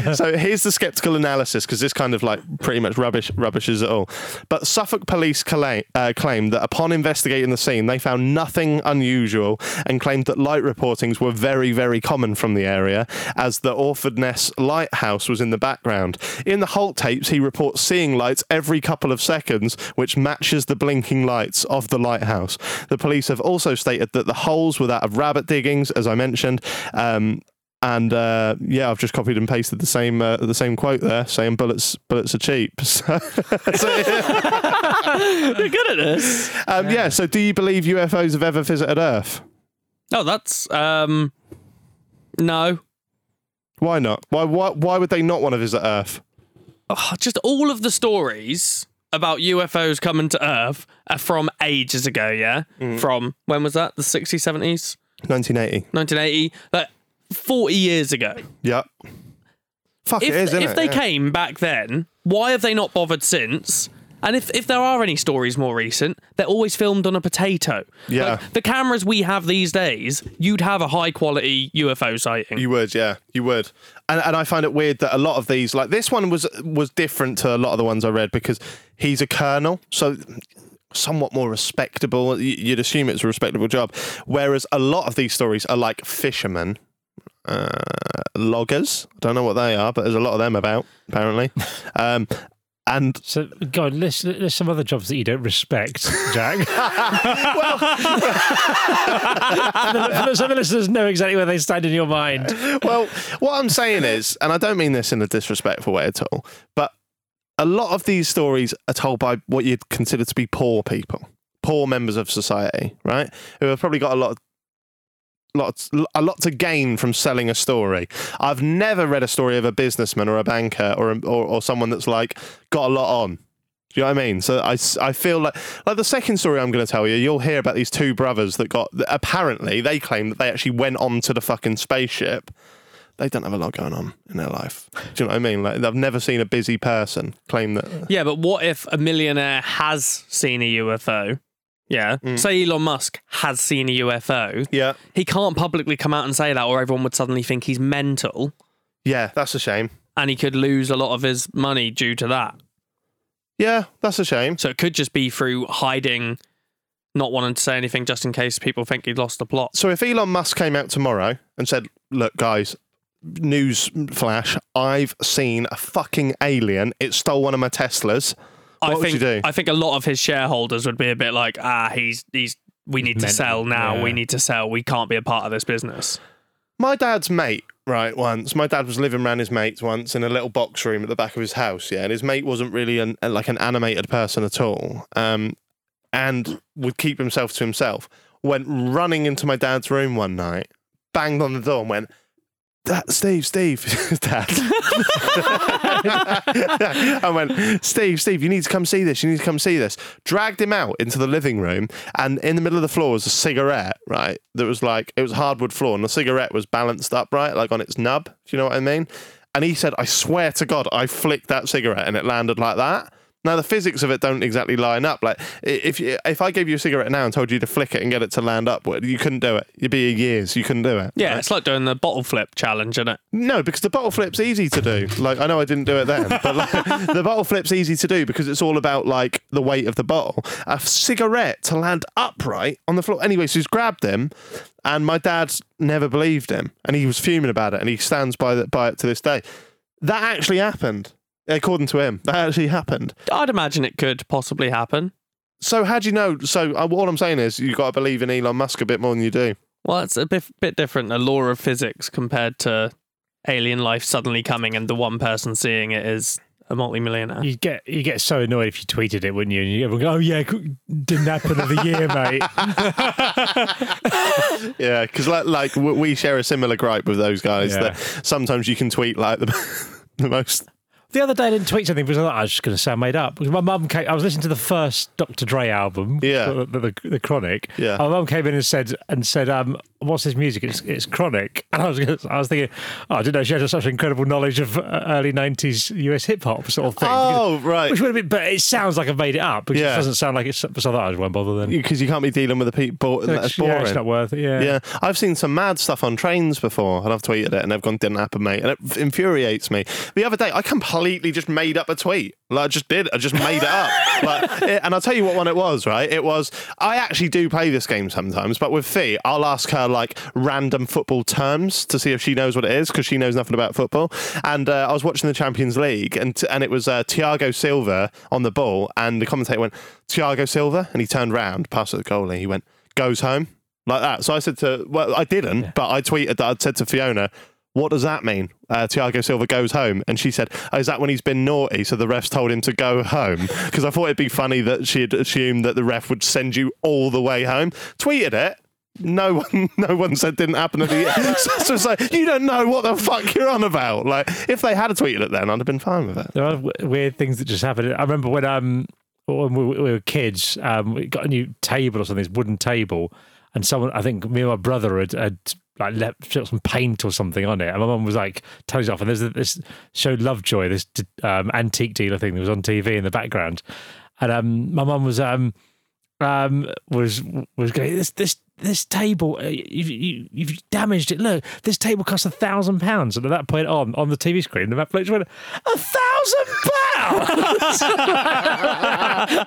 [LAUGHS] so, so here's the skeptical analysis because this kind of like pretty much rubbish rubbishes it all. But Suffolk police claim, uh, claimed that upon investigating the scene, they found nothing unusual and claimed that light reportings were very, very common from the area, as the Orfordness lighthouse was in the background. In the Holt tapes, he reports seeing lights every couple of seconds, which matches the blinking lights of the lighthouse. The police have also stated that the holes were that of rabbit diggings, as I mentioned. Um, and uh, yeah, I've just copied and pasted the same uh, the same quote there, saying bullets bullets are cheap. [LAUGHS] So,
You're [LAUGHS] good at this.
um, yeah. So, do you believe UFOs have ever visited Earth?
No, that's um, no.
Why not? Why why why would they not want to visit Earth?
Oh, just all of the stories about UFOs coming to Earth are from ages ago. Yeah,
Mm.
from when was that? The 60s, 70s,
1980.
1980, like 40 years ago.
Yep. Fuck
if,
it is, isn't
if
it?
they
Yeah.
came back then, why have they not bothered since? And if, if there are any stories more recent, they're always filmed on a potato.
Yeah.
Like, the cameras we have these days, you'd have a high quality UFO sighting.
You would, yeah, you would. And and I find it weird that a lot of these, like this one, was was different to a lot of the ones I read because he's a colonel, so somewhat more respectable. Y- You'd assume it's a respectable job, whereas a lot of these stories are like fishermen. Uh, loggers. I don't know what they are, but there's a lot of them about, apparently. Um, And
so, God, list, there's some other jobs that you don't respect,
[LAUGHS]
Jack. [LAUGHS] well, some of the listeners know exactly where they stand in your mind.
well, what I'm saying is, and I don't mean this in a disrespectful way at all, but a lot of these stories are told by what you'd consider to be poor people, poor members of society, right? Who have probably got a lot of lots a lot to gain from selling a story. I've never read a story of a businessman or a banker or or, or someone that's like got a lot on. Do you know what I mean? So I, s- I feel like like the second story I'm going to tell you, you'll hear about these two brothers that got that apparently they claim that they actually went onto the fucking spaceship. They don't have a lot going on in their life. Do you know what I mean? Like I've never seen a busy person claim that.
Yeah, but what if a millionaire has seen a UFO? Yeah.
Mm.
Say Elon Musk has seen a UFO.
Yeah.
He can't publicly come out and say that, or everyone would suddenly think he's mental
Yeah, that's a shame.
and he could lose a lot of his money due to that.
Yeah, that's a shame.
So it could just be through hiding, not wanting to say anything just in case people think he'd lost the plot.
So if Elon Musk came out tomorrow and said, "Look, guys, news flash, I've seen a fucking alien. It stole one of my Teslas." What
I
would
think
you do?
I think a lot of his shareholders would be a bit like, ah, he's he's we need to
Mental,
sell now. We
yeah.
need to sell. We can't be a part of this business.
my dad's mate, right, once, my dad was living around his mates once in a little box room at the back of his house, yeah, and his mate wasn't really an, like an animated person at all, um, and would keep himself to himself. Went running into my dad's room one night, banged on the door, and went, that Steve, Steve, [LAUGHS] Dad. I went, Steve, Steve, you need to come see this. You need to come see this. Dragged him out into the living room, and in the middle of the floor was a cigarette, right? That was like it was hardwood floor, and the cigarette was balanced upright, like on its nub. Do you know what I mean? And he said, I swear to God, I flicked that cigarette, and it landed like that. Now the physics of it don't exactly line up. Like i- if you, if I gave you a cigarette now and told you to flick it and get it to land upward, you couldn't do it. You'd be a years. You couldn't do it.
Yeah, it's like doing the bottle flip challenge, isn't it?
No, because the bottle flip's easy to do. Like I know I didn't do it then, but like, the bottle flip's easy to do because it's all about like the weight of the bottle. A cigarette to land upright on the floor. Anyway, so he's grabbed him, and my dad never believed him, and he was fuming about it, and he stands by the, by it to this day. That actually happened, according to him. That actually happened.
I'd imagine it could possibly happen.
So how do you know? So uh, all I'm saying is you've got to believe in Elon Musk a bit more than you do.
Well, it's a bit, bit different, the law of physics compared to alien life suddenly coming and the one person seeing it is a multimillionaire.
You get you get so annoyed if you tweeted it, wouldn't you? And you everyone go, "Oh yeah, c- didn't happen of the
[LAUGHS]
year, mate."
Yeah, because like, like w- we share a similar gripe with those guys
Yeah.
that sometimes you can tweet like the, [LAUGHS] the most.
The other day, I didn't tweet something because I thought I was just going to sound made up. Because my mum came, I was listening to the first Dr. Dre album, uh,
Yeah.
the, the, the, the Chronic.
Yeah.
And my mum came in and said, and said, um, "What's his music? It's, it's Chronic." [LAUGHS] And I was, gonna, I was thinking, oh, I didn't know she had such incredible knowledge of uh, early '90s US hip hop sort of thing.
Oh, right.
Which would have been, but it sounds like I've made it up because
Yeah.
it doesn't sound like it's. So I thought "Oh, I just won't bother then.
Because you can't be dealing with the people that's
yeah,
boring.
it's not worth it. Yeah.
yeah, I've seen some mad stuff on trains before, and I've tweeted it, and they've gone, "Didn't happen, mate," and it f- infuriates me. The other day, I completely just made up a tweet. Like I just did, I just made it up. Like, it- and I'll tell you what one it was. Right, it was. I actually do play this game sometimes, but with Fee, I'll ask her like random football terms to see if she knows what it is because she knows nothing about football. And uh, I was watching the Champions League, and t- and it was uh, Thiago Silva on the ball, and the commentator went, "Thiago Silva," and he turned round, passed it to the goalie, he went, "Goes home." like that. So I said to, well, I didn't, but I tweeted that I'd said to Fiona, what does that mean? Uh, Tiago Silva goes home. And she said, oh, is that when he's been naughty? So the ref's told him to go home. Because I thought it'd be funny that she had assumed that the ref would send you all the way home. Tweeted it. No one, [LAUGHS] no one said didn't happen at the year. so, so it's like you don't know what the fuck you're on about. Like if they had tweeted it, then I'd have been fine with it.
There are w- weird things that just happen. I remember when um when we, we were kids, um, we got a new table or something, this wooden table, and someone, I think me and my brother had, had like left put some paint or something on it, and my mum was like telling us off. And there's this show Lovejoy, this d- um, antique dealer thing that was on TV in the background, and um, my mum was um um was was going this this. This table, uh, you, you, you've damaged it. Look, this table costs a thousand pounds. And at that point on, on the TV screen, the map just went, a thousand pounds! [LAUGHS]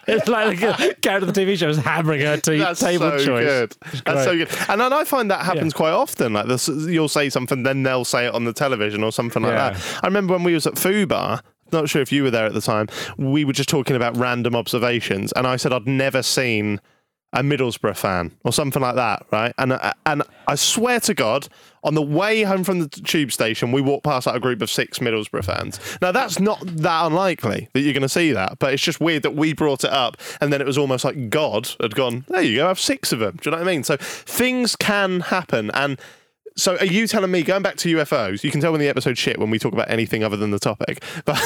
it's like the character of the TV show is hammering her to table
so
choice.
Good.
It's
That's so
great.
good. And then I find that happens quite often. Like this, you'll say something, then they'll say it on the television or something like
Yeah.
that. I remember when we was at Foo Bar. not sure if you were there at the time. We were just talking about random observations, and I said I'd never seen a Middlesbrough fan or something like that, right? And uh, and I swear to God, on the way home from the tube station, we walked past like, a group of six Middlesbrough fans. Now that's not that unlikely that you're going to see that, but it's just weird that we brought it up, and then it was almost like God had gone. There you go, have six of them. Do you know what I mean? So things can happen, and. So are you telling me going back to UFOs? You can tell when the episode shit when we talk about anything other than the topic. [LAUGHS] But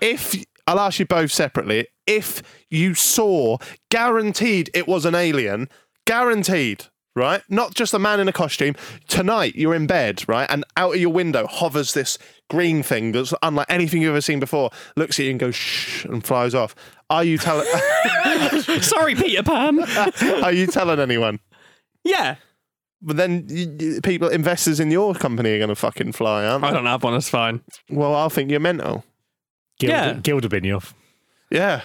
if I'll ask you both separately, if you saw, guaranteed it was an alien, guaranteed, right? Not just a man in a costume. Tonight you're in bed, right, and out of your window hovers this green thing that's unlike anything you've ever seen before. Looks at you and goes shh and flies off. Are you [LAUGHS] telling?
[LAUGHS] Sorry, Peter Pan.
are you telling anyone?
yeah.
But then you, you- people, investors in your company are going to fucking fly, aren't
I
they?
don't have one. It's fine.
Well, I'll think you're mental.
Gilda,
Yeah.
Gilda Binioff.
Yeah,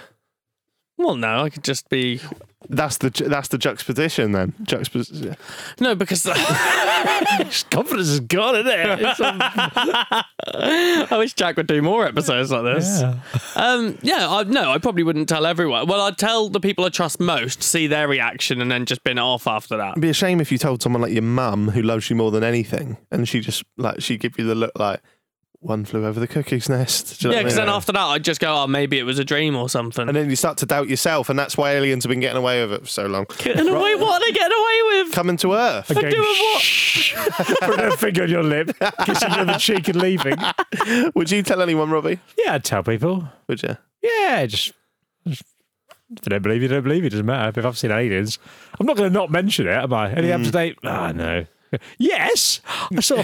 Well, no, I could just be
that's the ju- that's the juxtaposition then. Juxtaposition.
[LAUGHS] no because [LAUGHS]
[LAUGHS] His confidence is gone, isn't it? It's a-
I wish Jack would do more episodes like this. Yeah. Um, yeah, I, no, I probably wouldn't tell everyone. Well, I'd tell the people I trust most, see their reaction, and then just bin it off after that.
It'd be a shame if you told someone like your mum who loves you more than anything, and she just like she'd give you the look like one flew over the cuckoo's nest. Do you know
Yeah,
what I
because
mean?
then after that, I'd just go, oh, maybe it was a dream or something. [LAUGHS]
and then you start to doubt yourself, and that's why aliens have been getting away with it for so long.
Getting away, what are they getting away with?
Coming to
[LAUGHS]
Earth.
Again,
doing what?
shh. [LAUGHS] Putting a finger on your lip, kissing you on the cheek and leaving.
Would you tell anyone, Robbie?
Yeah, I'd tell people.
Would you?
Yeah, just, just if they don't believe you, they don't believe you. It doesn't matter. If I've seen aliens, I'm not going to not mention it, am I? Any up
Mm.
to date? Ah, no. [LAUGHS] Yes, I saw a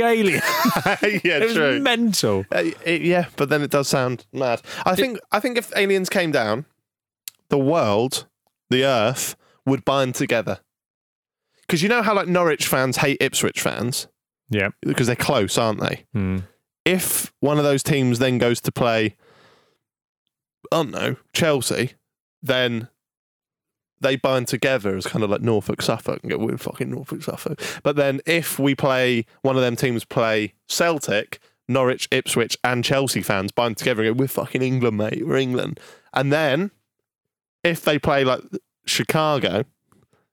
[LAUGHS]
alien.
[LAUGHS] yeah,
It was
true.
mental.
Uh, it- yeah, but then it does sound mad. I think I think if aliens came down, the world, the Earth, would bind together. Because you know how like Norwich fans hate Ipswich fans
Yeah.
because they're close, aren't they?
Mm.
If one of those teams then goes to play, I don't know, Chelsea, then they bind together as kind of like Norfolk Suffolk and go, we're fucking Norfolk Suffolk. But then if we play one of them teams play Celtic, Norwich, Ipswich, and Chelsea fans bind together and go, we're fucking England, mate, we're England. And then if they play like Chicago,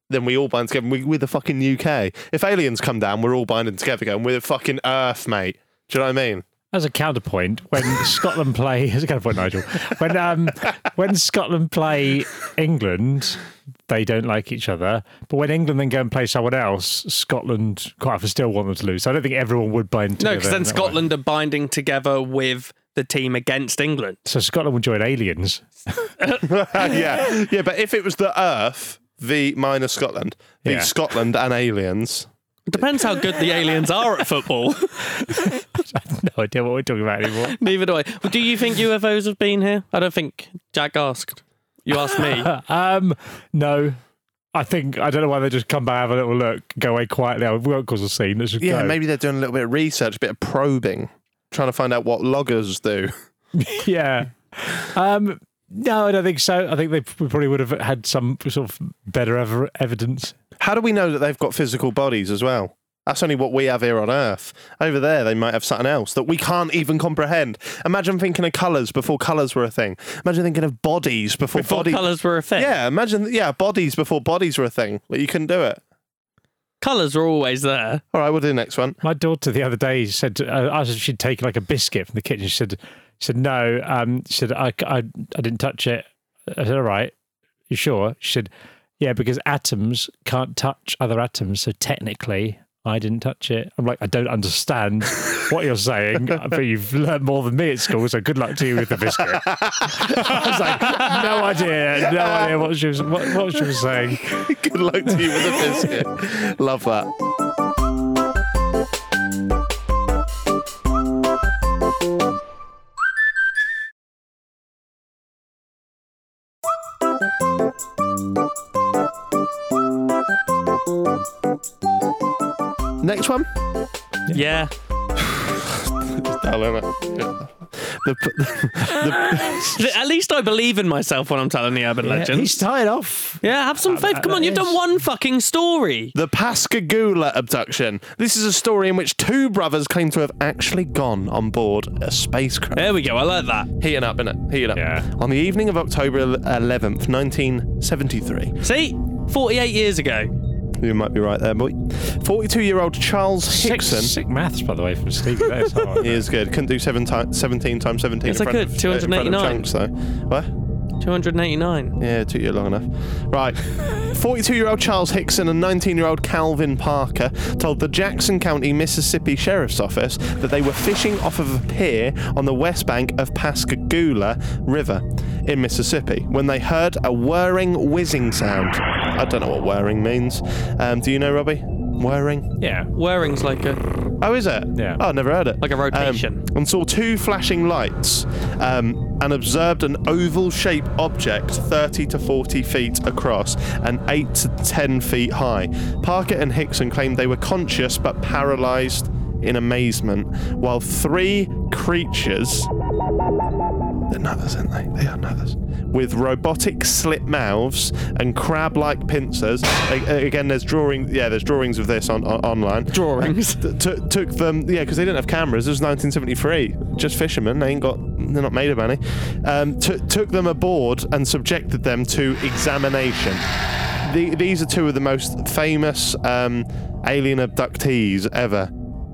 then we all bind together. and We, we're the fucking UK. If aliens come down, we're all binding together going, we're the fucking Earth, mate. Do you know what I mean?
As a counterpoint,
[LAUGHS]
when Scotland play, [LAUGHS] as a counterpoint, Nigel, when um, when Scotland play England, they don't like each other. But when England then go and play someone else, Scotland quite often still want them to lose. So I don't think everyone would bind
No,
together.
because then
in that way.
Scotland are binding together with the team against England.
So Scotland will join aliens.
[LAUGHS] yeah. Yeah, but if it was the Earth, the minus Scotland, the
Yeah.
Scotland and aliens.
Depends how good
[LAUGHS]
the aliens are at football.
no idea what we're talking about anymore.
Neither do I. Well, do you think UFOs have been here? I don't think Jack asked. You asked
[LAUGHS]
me.
Um, no. I think I don't know why they just come by, have a little look, go away quietly. I won't cause a scene. Let's just
Yeah,
go.
maybe they're doing a little bit of research, a bit of probing, trying to find out what loggers do. [LAUGHS]
yeah. Um, no, I don't think so. I think they p- we probably would have had some sort of better ev- evidence.
How do we know that they've got physical bodies as well? That's only what we have here on Earth. Over there, they might have something else that we can't even comprehend. Imagine thinking of colours before colours were a thing. Imagine thinking of bodies before,
Before
bodies.
colours were a thing.
Yeah, imagine, yeah, bodies before bodies were a thing. But you couldn't do it.
Colours were always there.
All right, we'll do the next one.
My daughter the other day said, uh, I asked if she'd taken like a biscuit from the kitchen. She said, she said no. Um, she said, I, c- I, I didn't touch it. I said, all right, you sure? She said, yeah, because atoms can't touch other atoms. So technically, I didn't touch it. I'm like, I don't understand what you're saying, [LAUGHS] but you've learned more than me at school. So good luck to you with the biscuit. [LAUGHS] I was like, no idea, no idea what she was, what, what she was saying.
Good luck to you with the biscuit. Love that. Next one.
Yeah.
Dull, innit? Yeah. The, the,
At least I believe in myself when I'm telling the urban legend.
he started off.
Yeah, have
Oh,
some faith. Come on, you've done one fucking story.
the Pascagoula abduction. This is a story in which two brothers claim to have actually gone on board a spacecraft.
There we go. I like that.
Heating up, innit? Heating up.
Yeah.
On the evening of October 11th, 1973.
See, 48 years ago.
You might be right there, boy. 42 year old Charles
Sick,
Hickson.
sick maths, by the way, from Steve. That
[LAUGHS]
is hard.
He is good. Couldn't do seven ti- 17 times 17
Yes,
in
I
front of,
could.
uh, in front of
289.
chunks, though. What?
289.
Yeah, it took you long enough. Right. 42 year old Charles Hickson and 19 year old Calvin Parker told the Jackson County, Mississippi Sheriff's Office that they were fishing off of a pier on the west bank of Pascagoula River in Mississippi when they heard a whirring, whizzing sound. I don't know what whirring means. Um, do you know, Robbie? Whirring?
yeah.
Waring's like a.
Oh, is it?
Yeah.
Oh, I've never heard it.
Like a
Um,
rotation.
and saw two flashing lights um, and observed an oval shaped object 30 to 40 feet across and 8 to 10 feet high. Parker and Hickson claimed they were conscious but paralyzed in amazement, while three creatures. They're nutters, aren't they? They are nutters. With robotic slit mouths and crab-like pincers. A- a- Again, there's drawing. Yeah, there's drawings of this on, on online.
Drawings.
T- took took them. Yeah, because they didn't have cameras. It was 1973. Just fishermen. They ain't got. They're not made of money. Um, t- took them aboard and subjected them to examination. The, these are two of the most famous um, alien abductees ever.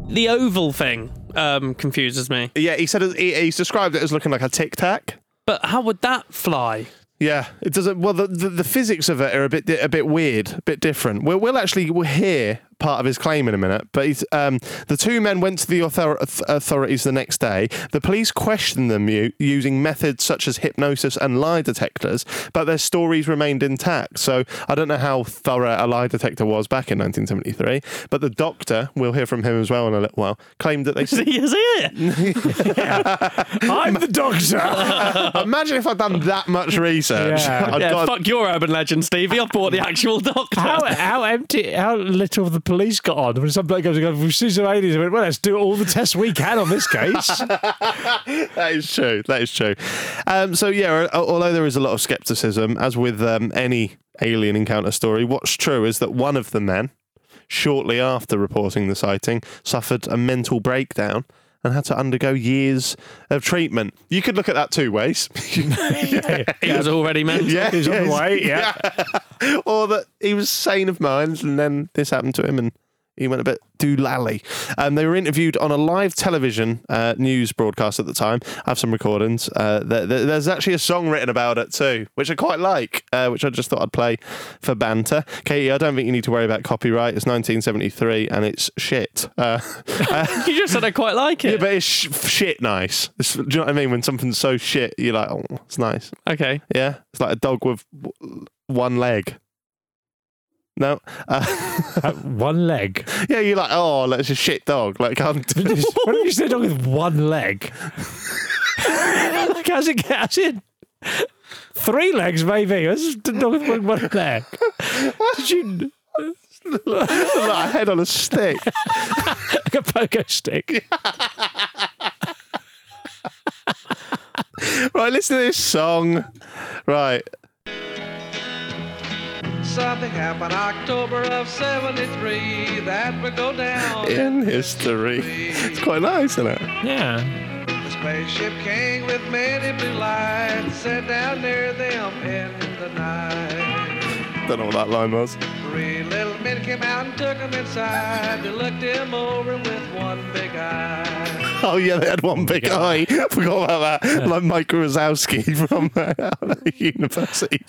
The oval thing um, confuses me.
Yeah, he said it, he, he's described it as looking like a tic tac.
But how would that [LAUGHS] fly?
Yeah, it doesn't. Well, the, the, the physics of it are a bit di- a bit weird, a bit different. We'll, we'll actually we'll hear part of his claim in a minute. But he's, um, the two men went to the author- auth- authorities the next day. The police questioned them u- using methods such as hypnosis and lie detectors, but their stories remained intact. So I don't know how thorough a lie detector was back in 1973. But the doctor, we'll hear from him as well in a little while, claimed
[LAUGHS]
that they.
Is he, is he it?
I'm the doctor.
[LAUGHS] Imagine if I'd done that much research.
Yeah.
[LAUGHS] I'd
Yeah,
gone-
fuck your urban legend, Stevie. I've bought the actual doctor. [LAUGHS]
how how empty, how little the police got on. When some bloke goes, and goes, "We've seen some aliens." I went, "Well, let's do all the tests we can on this case."
that is true. That is true. Um, so yeah, al- although there is a lot of skepticism, as with um, any alien encounter story, what's true is that one of the men, shortly after reporting the sighting, suffered a mental breakdown. And had to undergo years of treatment. You could look at that two ways. [LAUGHS]
He was already meant.
yeah,
He's on the way. Yeah.
or that he was sane of mind and then this happened to him and he went a bit doolally. Um, they were interviewed on a live television uh, news broadcast at the time. I have some recordings. Uh, there, there- there's actually a song written about it too, which I quite like, uh, which I just thought I'd play for banter. Katie, I don't think you need to worry about copyright. It's 1973 and it's shit. Uh, [LAUGHS]
[LAUGHS] You just said I quite like
yeah,
it.
but it's sh- shit nice. It's, do you know what I mean? When something's so shit, you're like, oh, it's nice.
okay.
Yeah, it's like a dog with w- one leg. No, uh, [LAUGHS]
One leg.
yeah, you're like, oh, like, it's a shit dog. Like, [LAUGHS] can't do this.
Why don't you sit down with one leg? [LAUGHS] like, how's it get? How's it? Three legs, maybe. Let's just do dog with one, one leg. Did you
like a head on a stick. [LAUGHS]
like a pogo stick?
right, listen to this song. Right,
Something happened October of 73 that would go down.
in history. It's quite nice, isn't it?
Yeah.
The spaceship king with many blue lights sat down near them in the night.
Don't know what that line was.
Three little men came out and took him inside. They looked him over with one big eye.
Oh yeah, they had one big eye. [LAUGHS] Forgot about that. Like Mike Wazowski [LAUGHS] from uh, University.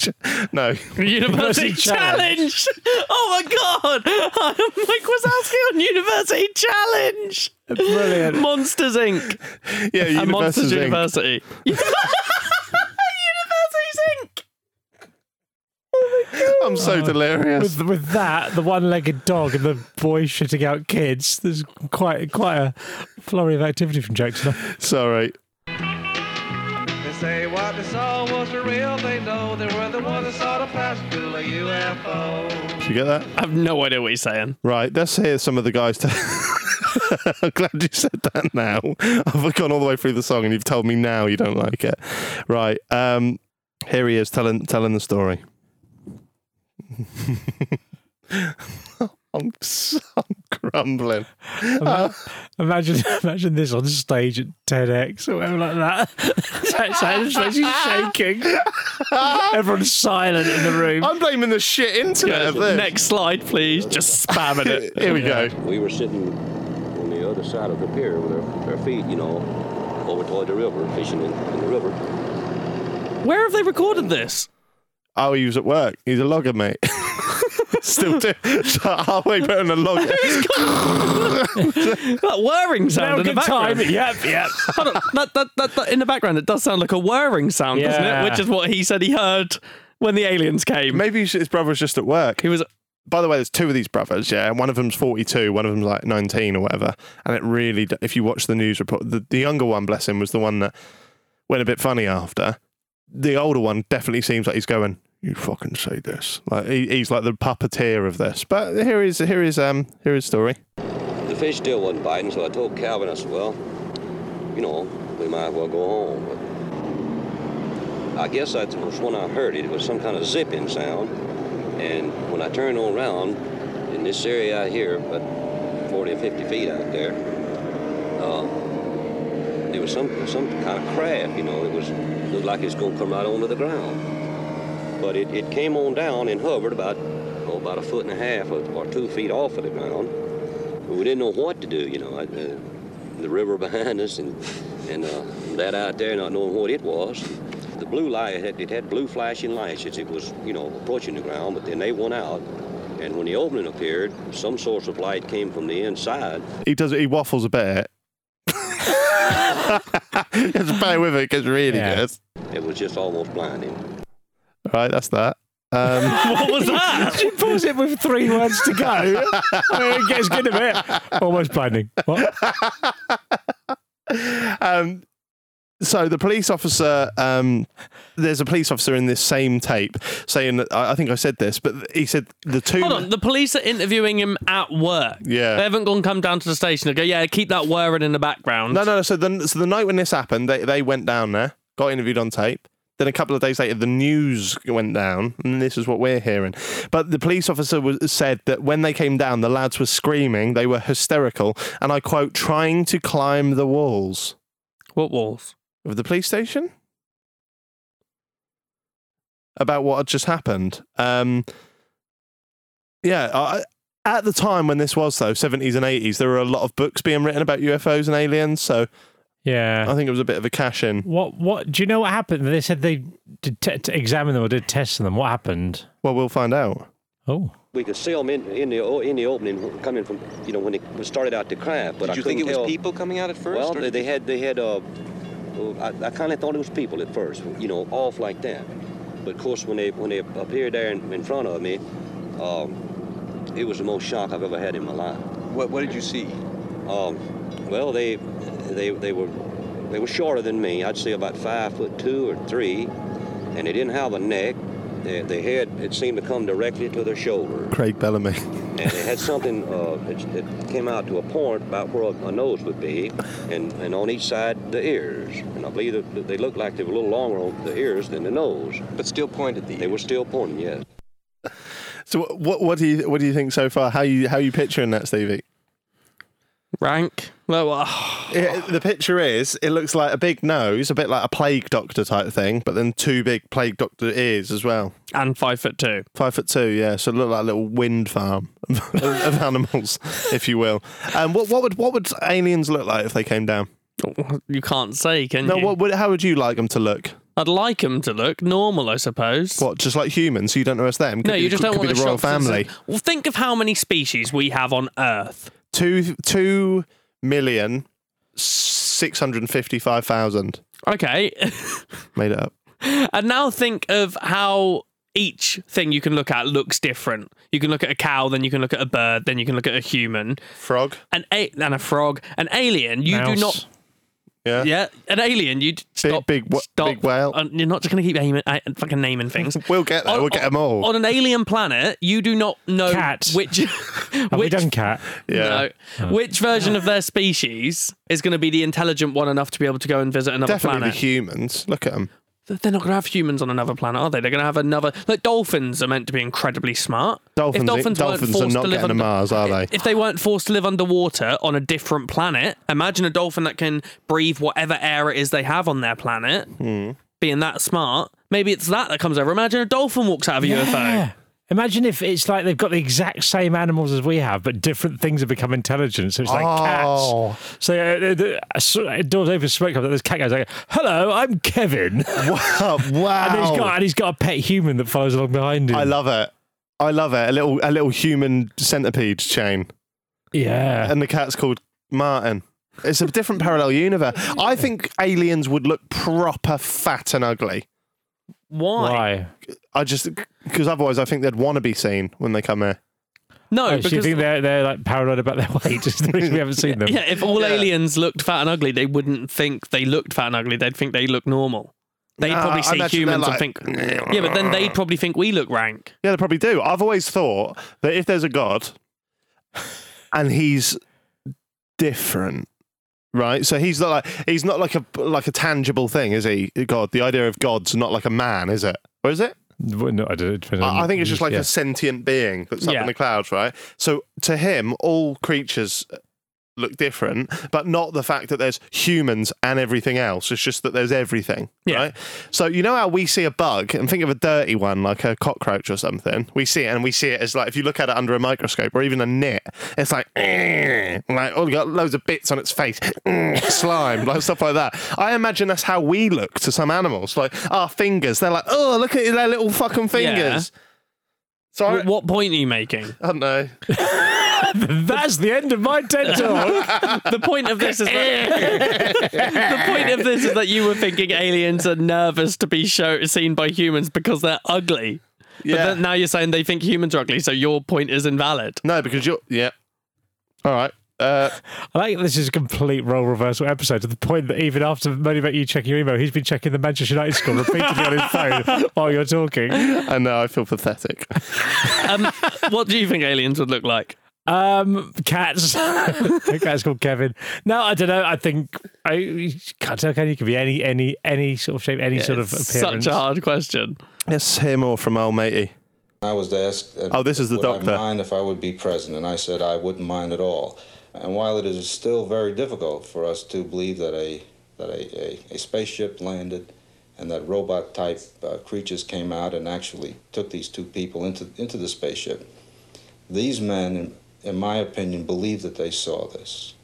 No, [LAUGHS]
University
University
Challenge. [LAUGHS] Oh my god! [LAUGHS] I'm Mike Wazowski on University Challenge.
Brilliant.
Monsters Inc.
yeah,
and Monsters
University.
University. Universities Inc.
I'm so delirious.
With, with that, the one-legged dog and the boy shitting out kids. There's quite quite a flurry of activity from Jackson.
Sorry.
They say what they saw was the real. They know they were the ones that saw the Pascagoula UFO.
Did you get that?
I have no idea what he's saying.
Right, let's hear some of the guys. T- [LAUGHS] I'm glad you said that now. I've gone all the way through the song and you've told me now you don't like it. Right. Um, here he is telling telling the story. [LAUGHS] I'm, so, I'm grumbling.
Ima- imagine, [LAUGHS] imagine this on stage at TEDx or whatever like that. [LAUGHS] That's actually shaking. Everyone's silent in the room.
I'm blaming the shit internet.
Yeah, Uh, next slide, please. Just spamming it.
[LAUGHS] Here we go.
We were sitting on the other side of the pier with our, our feet, you know, over toward the river, fishing in, in the river.
Where have they recorded this?
Oh, he was at work. He's a logger, mate. [LAUGHS] Still do. [LAUGHS] Halfway put on a logger.
That whirring sound in the
good time.
background.
Yep, yep.
Hold on. That, that, that, that, in the background, it does sound like a whirring sound, doesn't
Yeah.
it? Which is what he said he heard when the aliens came.
Maybe his- his brother was just at work.
He was.
By the way, there's two of these brothers. Yeah, one of them's 42, one of them's like 19 or whatever. And it really, d- if you watch the news report, the, the younger one, bless him, was the one that went a bit funny after. The older one definitely seems like he's going. You fucking say this. Like he, he's like the puppeteer of this. But here is here is um here is story.
The fish still wasn't biting, so I told Calvin, I said, well, you know, we might as well go home. But I guess that was when I heard it. It was some kind of zipping sound. And when I turned on around, in this area out here, about 40 or 50 feet out there, uh, there was some, some kind of craft, you know. It was looked like it was going to come right onto the ground. But it, it came on down and hovered about, oh, about a foot and a half or, or two feet off of the ground. We didn't know what to do, you know. I, uh, the river behind us and and uh, that out there, not knowing what it was. The blue light it had, it had blue flashing lights as it was, you know, approaching the ground. But then they went out, and when the opening appeared, some source of light came from the inside.
He does he waffles a bit. [LAUGHS] Just bear with it because really
Yeah.
good.
It was just almost blinding.
All right, that's that. Um,
What was that?
[LAUGHS]
She pulls it with three words to go. I mean, it gets good a bit. Almost blinding. What?
um, so the police officer, um, there's a police officer in this same tape saying that I, I think I said this, but he said the two.
Hold on. The police are interviewing him at work.
Yeah.
They haven't gone come down to the station and go, yeah, keep that whirring in the background.
No, no. So the so the night when this happened, they they went down there, got interviewed on tape. Then a couple of days later, the news went down, and this is what we're hearing. But the police officer was, said that when they came down, the lads were screaming, they were hysterical, and I quote, trying to climb the walls
What walls?
of the police station about what had just happened. Um, yeah, I, at the time when this was though, seventies and eighties, there were a lot of books being written about UFOs and aliens, so
Yeah.
I think it was a bit of a cash in.
What? What? Do you know what happened? They said they did te- to examine them or did tests on them. What happened?
Well, we'll find out.
Oh,
We could see them in, in the o- in the opening coming from, you know, when it started out to craft. But I couldn't tell-
coming out at
Well, they, they had they had uh, uh, I, I kind of thought it was people at first, you know, off like that. But of course, when they when they appeared there in, in front of me, um, it was the most shock I've ever had in my life.
What, what did you see?
Um, well, they they they were they were shorter than me. I'd say about five foot two or three, and they didn't have a neck. Their, their head it seemed to come directly to their shoulder
Craig Bellamy.
and it had something uh, that, that came out to a point about where a, a nose would be, and, and on each side the ears. And I believe that that they looked like they were a little longer on the ears than the nose.
But still pointed the.
They were still pointing, yes.
So wh- what what do you what do you think so far? How you how you picturing that, Stevie?
Rank? Well, [SIGHS] uh,
It- the picture is it looks like a big nose, a bit like a plague doctor type thing, but then two big plague doctor ears as well.
and five foot two.
Five foot two, yeah. So it looked like a little wind farm [LAUGHS] of, of animals, if you will. Um, what what would what would aliens look like if they came down?
You can't say, can
No,
you?
what would how would you like them to look?
I'd like him to look normal, I suppose.
What just like humans? So you don't know it's them? Could,
No,
be-
you just
could,
don't
could
want
be the royal
shock sense.
family.
Well, think of how many species we have on Earth.
Two two million six hundred and fifty five thousand.
Okay. [LAUGHS]
Made it up.
and now think of how each thing you can look at looks different. You can look at a cow, then you can look at a bird, then you can look at a human,
Frog.
an a- and a frog, an alien. You do
mouse.
not.
Yeah.
Yeah, an alien. You stop. Big, big, stop. big whale. you're not just going to keep aiming, uh, fucking naming things.
[LAUGHS] we'll get there. we'll get them all.
On an alien planet, you do not know
Cat.
which.
Have we done cat? Oh.
No. Which version of their species is going to be the intelligent one enough to be able to go and visit another
Definitely
planet?
the humans. Look at
[LAUGHS]
them.
Th- They're not going to have humans on another planet, are they? They're going to have another. Like dolphins are meant to be incredibly smart. If
Dolphins,
dolphins, weren't
dolphins are
forced
not
to live
getting to
under-
Mars, are they?
If they weren't forced to live underwater on a different planet, imagine a dolphin that can breathe whatever air it is they have on their planet,
Hmm.
being that smart. Maybe it's that that comes over. Imagine a dolphin walks out of a UFO.
Imagine if it's like they've got the exact same animals as we have, but different things have become intelligent. So it's like
Oh.
cats. So uh, the, the, uh, so- uh, doors open, smoke comes out. This cat goes like, "Hello, I'm Kevin." [LAUGHS]
Wow! wow.
And he's got and he's got a pet human that follows along behind him.
I love it. I love it. A little, a little human centipede chain.
Yeah.
And the cat's called Martin. It's a different parallel universe. I think aliens would look proper fat and ugly.
Why?
I just because otherwise I think they'd want to be seen when they come here.
No,
Oh, so you
because
think they're they're like paranoid about their weight? [LAUGHS] It's the reason we haven't seen them.
[LAUGHS] yeah, if all aliens looked fat and ugly, they wouldn't think they looked fat and ugly. They'd think they look normal. They'd
Nah, Uh, I
probably see
imagine they're
humans
like-
and think, yeah, but then they'd probably think we look rank.
Yeah, they probably do. I've always thought that if there's a god and he's different, right? So he's not like he's not like a like a tangible thing, is he? God, the idea of God's not like a man, is it? Or is it?
Well, no, I, don't, depends on-
I I think it's just like
yeah.
a sentient being that's up
Yeah.
in the clouds, right? So to him, all creatures look different, but not the fact that there's humans and everything else. It's just that there's everything, right? So you know how we see a bug and think of a dirty one like a cockroach or something. We see it and we see it as like if you look at it under a microscope or even a net, it's like [CLEARS THROAT] "Eh," like oh, you got loads of bits on its face, [CLEARS THROAT] "Eh," slime, like stuff like that. I imagine that's how we look to some animals. Like our fingers, they're like oh look at their little fucking fingers. So I-
Wh- what point are you making?
I don't know.
That's the end of my
[LAUGHS]
TED talk.
the point of this is [LAUGHS] that, the point of this is that you were thinking aliens are nervous to be show, seen by humans because they're ugly. But
Yeah.
then, now you're saying they think humans are ugly, so your point is invalid.
No, because you're yeah. All right.
[LAUGHS]
Uh,
I like that this is a complete role reversal episode to the point that even after Motivate You checking your email, he's been checking the Manchester United score repeatedly on his
[LAUGHS]
phone while you're talking.
I know, I feel pathetic.
Um, [LAUGHS] what do you think aliens would look like?
Um,
[LAUGHS]
cats. The cat's called Kevin. No, I don't know. I think I can't tell. Can you could be any, any, any sort of shape, any sort of
It's
appearance.
Such a hard question.
Let's hear more from old matey.
I was asked, uh,
Oh, this is the
would
doctor.
I mind if I would be present? And I said, I wouldn't mind at all. And while it is still very difficult for us to believe that a that a, a, a spaceship landed and that robot type uh, creatures came out and actually took these two people into into the spaceship, these men, in, in my opinion, believe that they saw this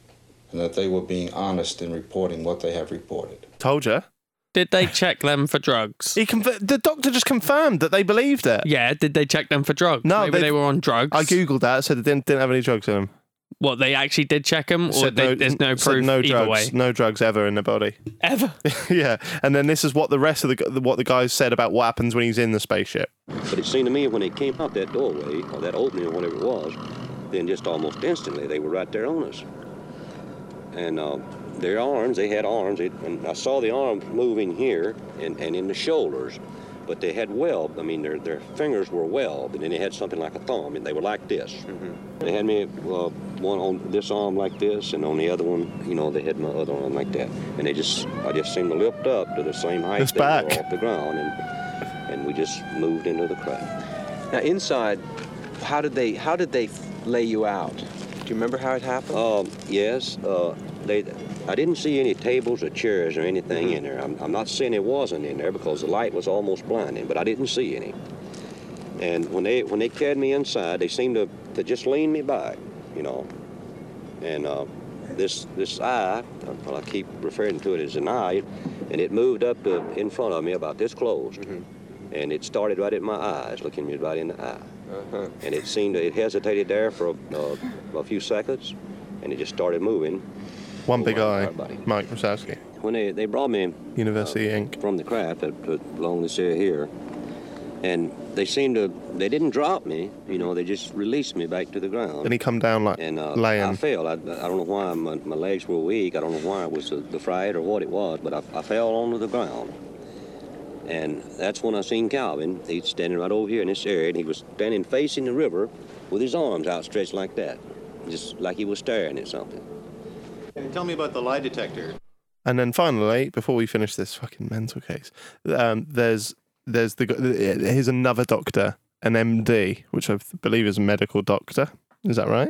and that they were being honest in reporting what they have reported.
Told you.
Did they check them for drugs?
He conf- the doctor just confirmed that they believed it.
Yeah, did they check them for drugs?
No,
Maybe
they've-
they were on drugs.
I googled that, said it didn't didn't have any drugs in them.
what they actually did check them, or
Said
they, there's no
said
proof
no
either
drugs,
way.
no drugs ever in the body.
Ever.
[LAUGHS] yeah, and then this is what the rest of the gu- what the guys said about what happens when he's in the spaceship.
But it seemed to me when they came out that doorway, or that opening, or whatever it was, then just almost instantly they were right there on us. And uh, their arms, they had arms, it, and I saw the arms moving here and, and in the shoulders, but they had weld. I mean, their, their fingers were weld, and then they had something like a thumb, and they were like this. They had me uh, one on this arm like this, and on the other one, you know, they had my other arm like that. And they just, I just seemed to lift up to the same height
It's
they were
back.
off the ground, and, and we just moved into the crowd. Now inside, how did they how did they lay you out? Do you remember how it happened? Um, yes, uh, they. I didn't see any tables or chairs or anything in there. I'm, I'm not saying it wasn't in there because the light was almost blinding, but I didn't see any. And when they when they carried me inside, they seemed to, to just lean me back, you know. And uh, this this eye, well, I keep referring to it as an eye, and it moved up to in front of me about this close, and it started right at my eyes, looking me right in the eye. And it seemed it hesitated there for uh, a few seconds, and it just started moving.
One big eye, Mike Wazowski,
When they, they brought me
University Inc.
from the craft up to, along this area here, And they seemed to, they didn't drop me, you know, they just released me back to the ground.
Then he come down like
and uh, I
laying.
fell. I, I don't know why my, my legs were weak. I don't know why it was the, the fright or what it was, but I, I fell onto the ground. And that's when I seen Calvin. He's standing right over here in this area, and he was standing facing the river with his arms outstretched like that, just like he was staring at something.
Tell me about the lie detector.
And then finally, before we finish this fucking mental case, um, there's there's the gu- here's another doctor, an MD, which I believe is a medical doctor. Is that right?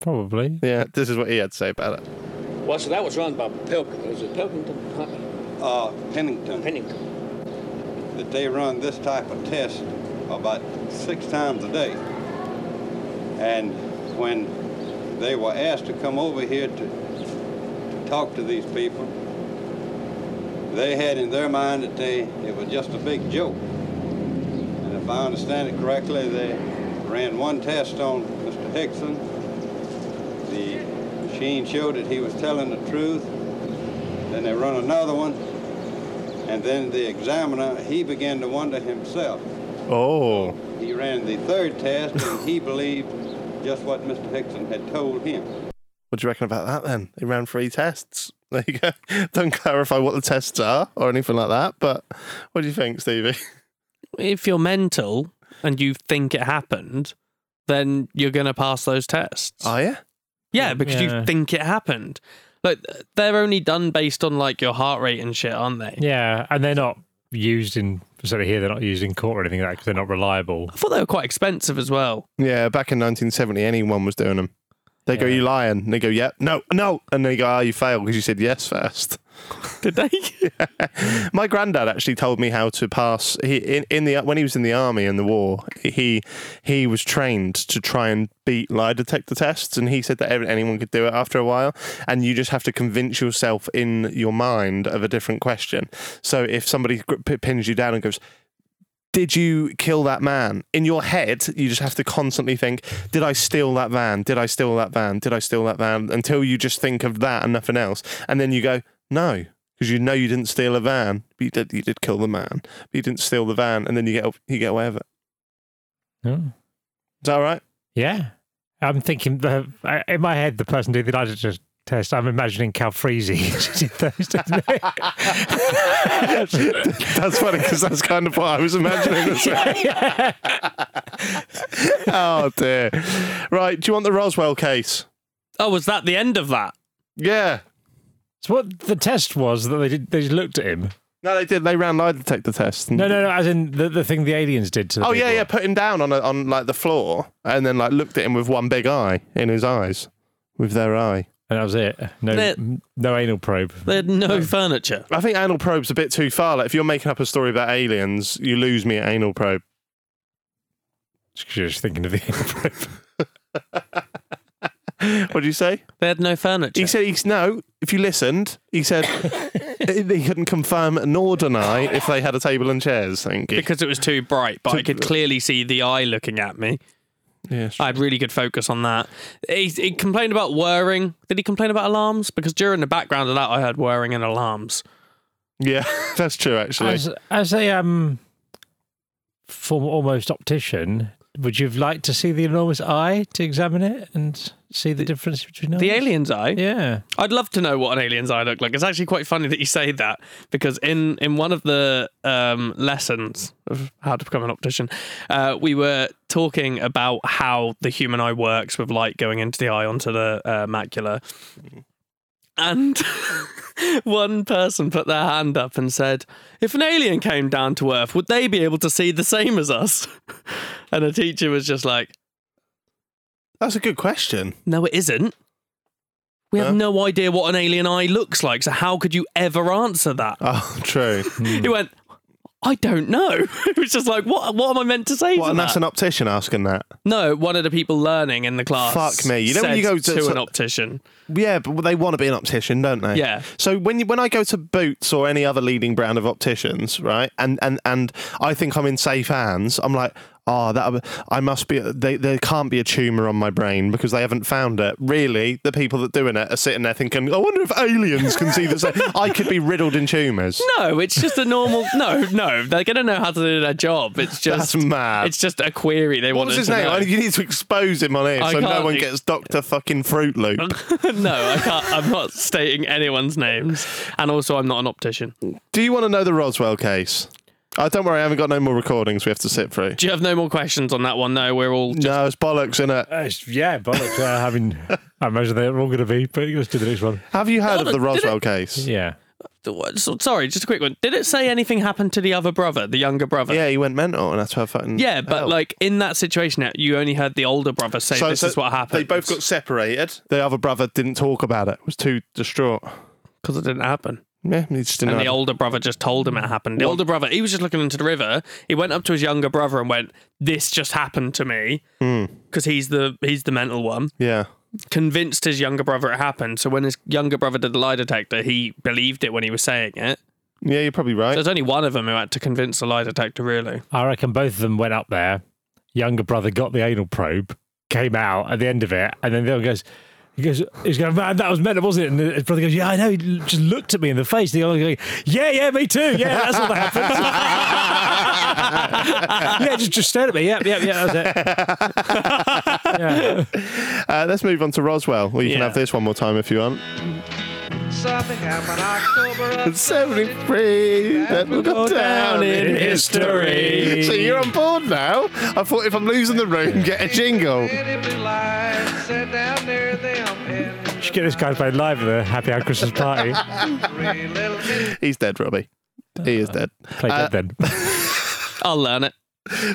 Probably.
Yeah. This is what he had to say about it.
Well, so that was run by Pilkin. Was it Pilkington? Huh?
Uh, Pennington.
Pennington.
that they run this type of test about six times a day. And when they were asked to come over here to, to talk to these people, they had in their mind that they it was just a big joke. And if I understand it correctly, they ran one test on Mr. Hickson. The machine showed that he was telling the truth. Then they run another one, and then the examiner, he began to wonder himself.
Oh.
He ran the third test and he believed just what Mr. Hickson had told him.
What do you reckon about that then? He ran three tests. [LAUGHS] There you go. Don't clarify what the tests are or anything like that, but what do you think, Stevie? [LAUGHS]
If you're mental and you think it happened, then you're going to pass those tests.
Are you?
Yeah, because
Yeah.
you think it happened. Like they're only done based on like your heart rate and shit, aren't they?
Yeah, and they're not used in sort of here. They're not used in court or anything like that because they're not reliable.
I thought they were quite expensive as well.
Yeah, back in 1970, anyone was doing them. They go, "You lying?" And they go, "Yep, no, no," and they go, "Ah, you failed because you said yes first.
Did they?
My granddad actually told me how to pass. He in, in the when he was in the army in the war, he he was trained to try and beat lie detector tests, and he said that ev- anyone could do it after a while, and you just have to convince yourself in your mind of a different question. So if somebody gr- p- pins you down and goes, did you kill that man? In your head, you just have to constantly think, did I steal that van? Did I steal that van? Did I steal that van? Until you just think of that and nothing else. And then you go, no, because you know you didn't steal a van, but you did, you did kill the man, but you didn't steal the van. And then you get, you get away with it.
Oh.
Is that right? [LAUGHS]
Yeah. I'm thinking, the, I- in my head, the person doing the lie test, I'm imagining [LAUGHS] Calfreezy did those, doesn't it?
that's funny because that's kind of what I was imagining as well.
[LAUGHS]
oh, dear. Right. Do you want the Roswell case?
[LAUGHS] Oh, was that the end of that?
Yeah.
[LAUGHS] So what the test was that they did, they just looked at him.
No, they did. They ran lie detector tests.
No, no, no. As in the, the thing the aliens did to. the
Oh yeah,
people.
yeah. Put him down on a, on like the floor, and then like looked at him with one big eye in his eyes, with their eye.
And that was it. No,
They-
no anal probe.
They had no furniture.
I think anal probe's a bit too far. Like if you're making up a story about aliens, you lose me at anal probe.
Just 'cause you're just thinking of the anal [LAUGHS]
probe. what do you say?
They had no furniture.
He said he's no. If you listened, he
[LAUGHS]
said he couldn't confirm nor deny if they had a table and chairs. Thank you.
Because it was too bright, but I could clearly see the eye looking at me.
Yeah,
I had really good focus on that. He, he complained about whirring. Did he complain about alarms? Because during the background of that, I heard whirring and alarms.
Yeah, [LAUGHS] that's true. Actually,
As, as a um, former almost optician, would you have liked to see the enormous eye to examine it and see the difference between
The
eyes?
alien's eye.
Yeah.
I'd love to know what an alien's eye looked like. It's actually quite funny that you say that because in in one of the um, lessons of how to become an optician, uh, we were talking about how the human eye works with light going into the eye onto the uh, macula, and. [LAUGHS] One person put their hand up and said, If an alien came down to Earth, would they be able to see the same as us? [LAUGHS] And the teacher was just like,
That's a good question. [LAUGHS]
No, it isn't. We have no idea what an alien eye looks like, so how could you ever answer that?
Oh, true.
He went, I don't know. [LAUGHS] it was just like, what What am I meant to say
What,
to
and
that?
that's an optician asking that.
no, one of the people learning in the class.
Fuck me. You know when
said
you go to-
to,
so-
an optician.
Yeah, but they want to be an optician, don't they?
Yeah.
So when you, when I go to Boots or any other leading brand of opticians, right, and and and I think I'm in safe hands, I'm like, oh, that I must be. They, there can't be a tumor on my brain because they haven't found it. Really, the people that doing it are sitting there thinking, I wonder if aliens can see this. [LAUGHS] I could be riddled in tumors.
No, it's just a normal. [LAUGHS] no, no, they're gonna know how to do their job. It's just
That's mad.
It's just a query they
What
want.
was his name?
[LAUGHS]
I- You need to expose him on here
I
so no
can't
one
ex-
gets Doctor Fucking Fruit
[LAUGHS]
Loop.
no, I can't. I'm not stating anyone's names, and also I'm not an optician. Do
Do you want to know the Roswell case? Oh, don't worry, I haven't got no more recordings we have to sit through.
you have no more questions on that one? No, we're all
No, it's bollocks, innit?
Uh, yeah, bollocks. uh, having, I imagine they're all going to be. But let's do the next one.
Have you heard
Hold
of the
on, did
Roswell
it-
case?
Yeah.
The what- so- Sorry, just a quick one. Did it say anything happened to the other brother, the younger brother?
Yeah, he went mental, and that's how fucking.
Yeah, but like in that situation, uh, you only heard the older brother say, "This is what happened."
They both got separated. The other brother didn't talk about it. Was too distraught.
because it didn't happen.
Yeah, he just didn't.
and
know
the
how to-
older brother just told him it happened. The older brother, he was just looking into the river. He went up to his younger brother and went, "This just happened to me,"
Mm,
because he's the he's the mental one.
yeah.
Convinced his younger brother it happened. So when his younger brother did the lie detector, he believed it when he was saying it.
Yeah, you're probably right.
There's only one of them who had to convince the lie detector, really.
I reckon both of them went up there. Younger brother got the anal probe, came out at the end of it, and then the other goes, he goes, he's going, man, that was meant, wasn't it? And his brother goes, yeah, I know. He l- just looked at me in the face. The other guy, yeah, yeah, me too. Yeah, that's what happened. [LAUGHS] yeah, just just stared at me. Yep, yep, yeah, that's [LAUGHS] it. yeah.
Uh, let's move on to Roswell. Well, you can have this one more time if you want. [LAUGHS]
Something happened October
It's 73 that will go down in history. So you're on board now. I thought if I'm losing the room, get a jingle.
set down near them in
Should get this guy played live at the Happy Hour Christmas party.
three little
He's dead, Robbie. He is dead.
Play dead then.
I'll learn it.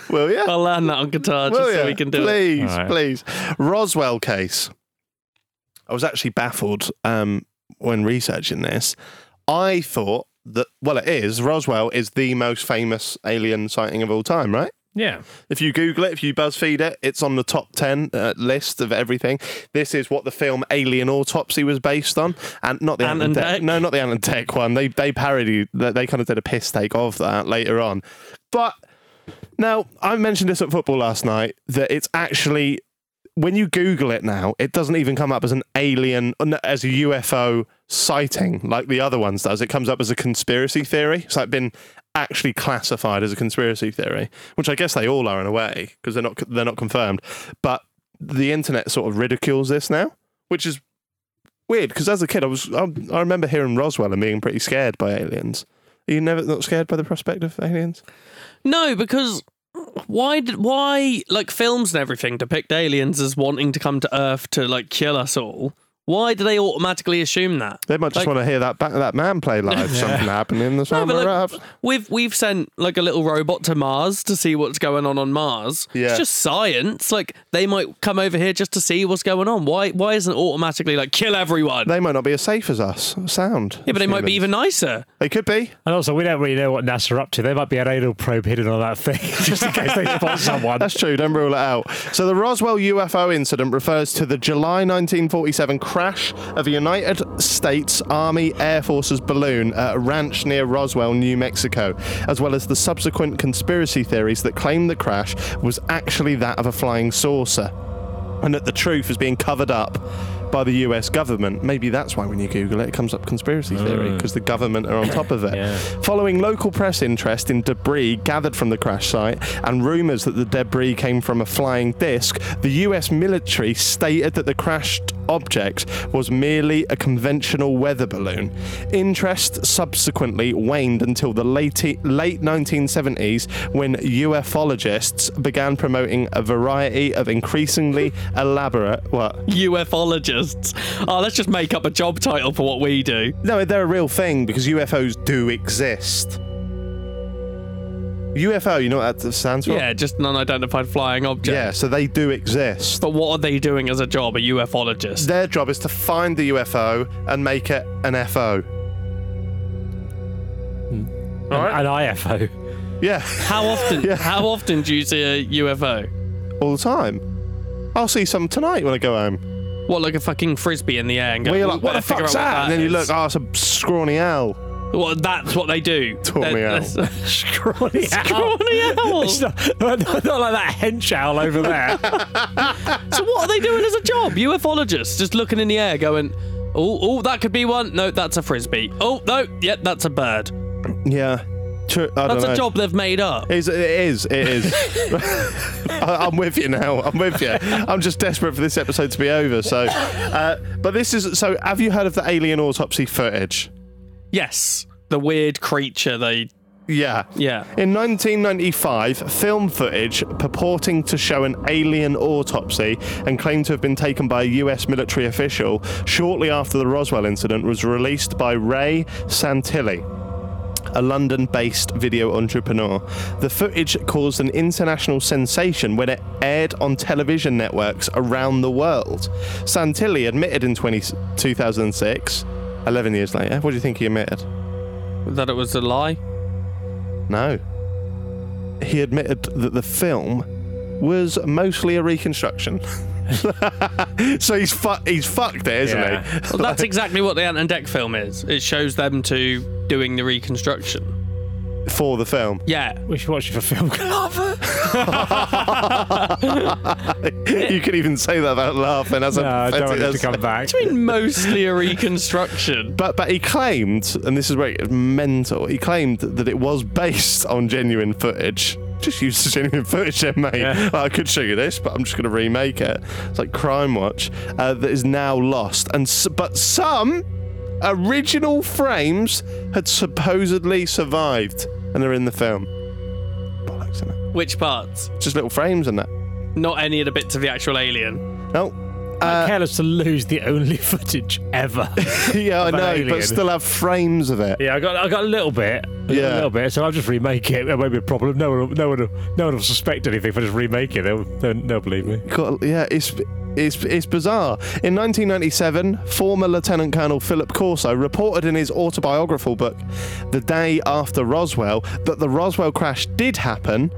Will you?
I'll learn that on guitar just
Will
so
ya?
we can do
please,
it.
Please, Roswell case. I was actually baffled um, when researching this. I thought that, well, it is. Roswell is the most famous alien sighting of all time, right?
Yeah.
If you Google it, if you BuzzFeed it, it's on the top 10 uh, list of everything. This is what the film Alien Autopsy was based on. And not the
Ant
Ant
and
and Dec-
Dec?
No, not the Ant and Dec one. They, they parodied, they they kind of did a piss take of that later on. But now, I mentioned this at football last night that it's actually, when you Google it now, it doesn't even come up as an alien, as a UFO sighting like the other ones does. It comes up as a conspiracy theory. It's like been actually classified as a conspiracy theory, which I guess they all are in a way because they're not they're not confirmed. But the internet sort of ridicules this now, which is weird because as a kid, I was I, I remember hearing Roswell and being pretty scared by aliens. Are you never not scared by the prospect of aliens?
No, because why did why like films and everything depict aliens as wanting to come to Earth to like kill us all? Why do they automatically assume that?
They might just
Like-
want to hear that ba- that man play live.
[LAUGHS]
Something happened in the
No,
summer
but, like,
of-
we've we've sent like a little robot to Mars to see what's going on on Mars.
Yeah.
It's just science. Like they might come over here just to see what's going on. Why why isn't it automatically like kill everyone?
They might not be as safe as us. Sound.
yeah, but they might be even nicer. [LAUGHS]
They could be.
And also, we don't really know what NASA are up to. They might be an anal probe hidden on that thing, [LAUGHS] just in case they spot someone.
That's true. Don't rule it out. So the Roswell UFO incident refers to the July 1947 crash of a United States Army Air Force's balloon at a ranch near Roswell, New Mexico, as well as the subsequent conspiracy theories that claim the crash was actually that of a flying saucer. And that the truth is being covered up by the US government. Maybe that's why when you Google it, it comes up conspiracy theory,
Mm.
because the government are on top of it. Following local press interest in debris gathered from the crash site and rumours that the debris came from a flying disc, the US military stated that the crashed object was merely a conventional weather balloon. Interest subsequently waned until the late, late 1970s when ufologists began promoting a variety of increasingly elaborate. What?
UFologists. Oh, let's just make up a job title for what we do.
No, they're a real thing because UFOs do exist. UFO, you know what that stands for?
Yeah, just an unidentified flying object.
Yeah, so they do exist.
But what are they doing as a job,
[LAUGHS]
a ufologist?
Their job is to find the UFO and make it an FO.
An, an IFO.
Yeah. [LAUGHS]
How often? How often do you see a UFO?
All the time. I'll see some tonight when I go home.
What, like a fucking frisbee in the air? And go,
Where you're
"Ooh,
like, what the
better figure
fuck's
out
that? And then you
is."
look, oh, it's a scrawny owl.
Well, that's what they do.
Taught me out. [LAUGHS]
Scrawny owl.
[LAUGHS] Scrawny [LAUGHS] owl.
It's not, not- not like that hench owl over there.
so what are they doing as a job? Ufologists just looking in the air, going, "Oh, oh, that could be one. No, that's a frisbee. Oh, no, yeah, that's a bird.
Yeah. True. I don't
that's
know.
a job they've made up."
It's, it is. It [LAUGHS] is. I, I'm with you now. I'm with you. I'm just desperate for this episode to be over. So, uh, but this is. So, have you heard of the alien autopsy footage?
Yes, the weird creature they.
Yeah.
Yeah.
In 1995, film footage purporting to show an alien autopsy and claimed to have been taken by a US military official shortly after the Roswell incident was released by Ray Santilli. A London based video entrepreneur. The footage caused an international sensation when it aired on television networks around the world. Santilli admitted in 20, 2006, 11 years later. What do you think he admitted?
That it was a lie.
No. He admitted that the film was mostly a reconstruction. [LAUGHS] so he's fu- he's fucked it, isn't
Yeah.
he?
Well, that's exactly what the Ant and Deck film is. It shows them two doing the reconstruction.
For the film. [LAUGHS]
Yeah.
We should watch it for film. [LAUGHS]
[LAUGHS]
you can even say that without laughing. That's
No, I don't want it to
that's- [LAUGHS]
come back.
I mean, mostly a reconstruction.
But but he claimed, and this is where it's mental. He claimed that it was based on genuine footage. Just use the genuine footage, then, mate. Like, I could show you this, but I'm just going to remake it. It's like Crime Watch uh, that is now lost, and s- but some original frames had supposedly survived and are in the film. Bollocks, innit?
Which parts?
Just little frames and that.
Not any of the bits of the actual alien.
No. uh,
How careless to lose the only footage ever.
yeah, I
Of an
know,
alien.
but still have frames of it.
Yeah, I got I got a little bit. Yeah, a
Yeah.
little bit. So I'll just remake it. It won't be a problem. No one, will- no one, will- no one will suspect anything if I just remake it. They'll, they'll, they'll believe me.
God, yeah, it's. It's, it's bizarre. In 1997, former Lieutenant Colonel Philip Corso reported in his autobiographical book, The Day After Roswell, that the Roswell crash did happen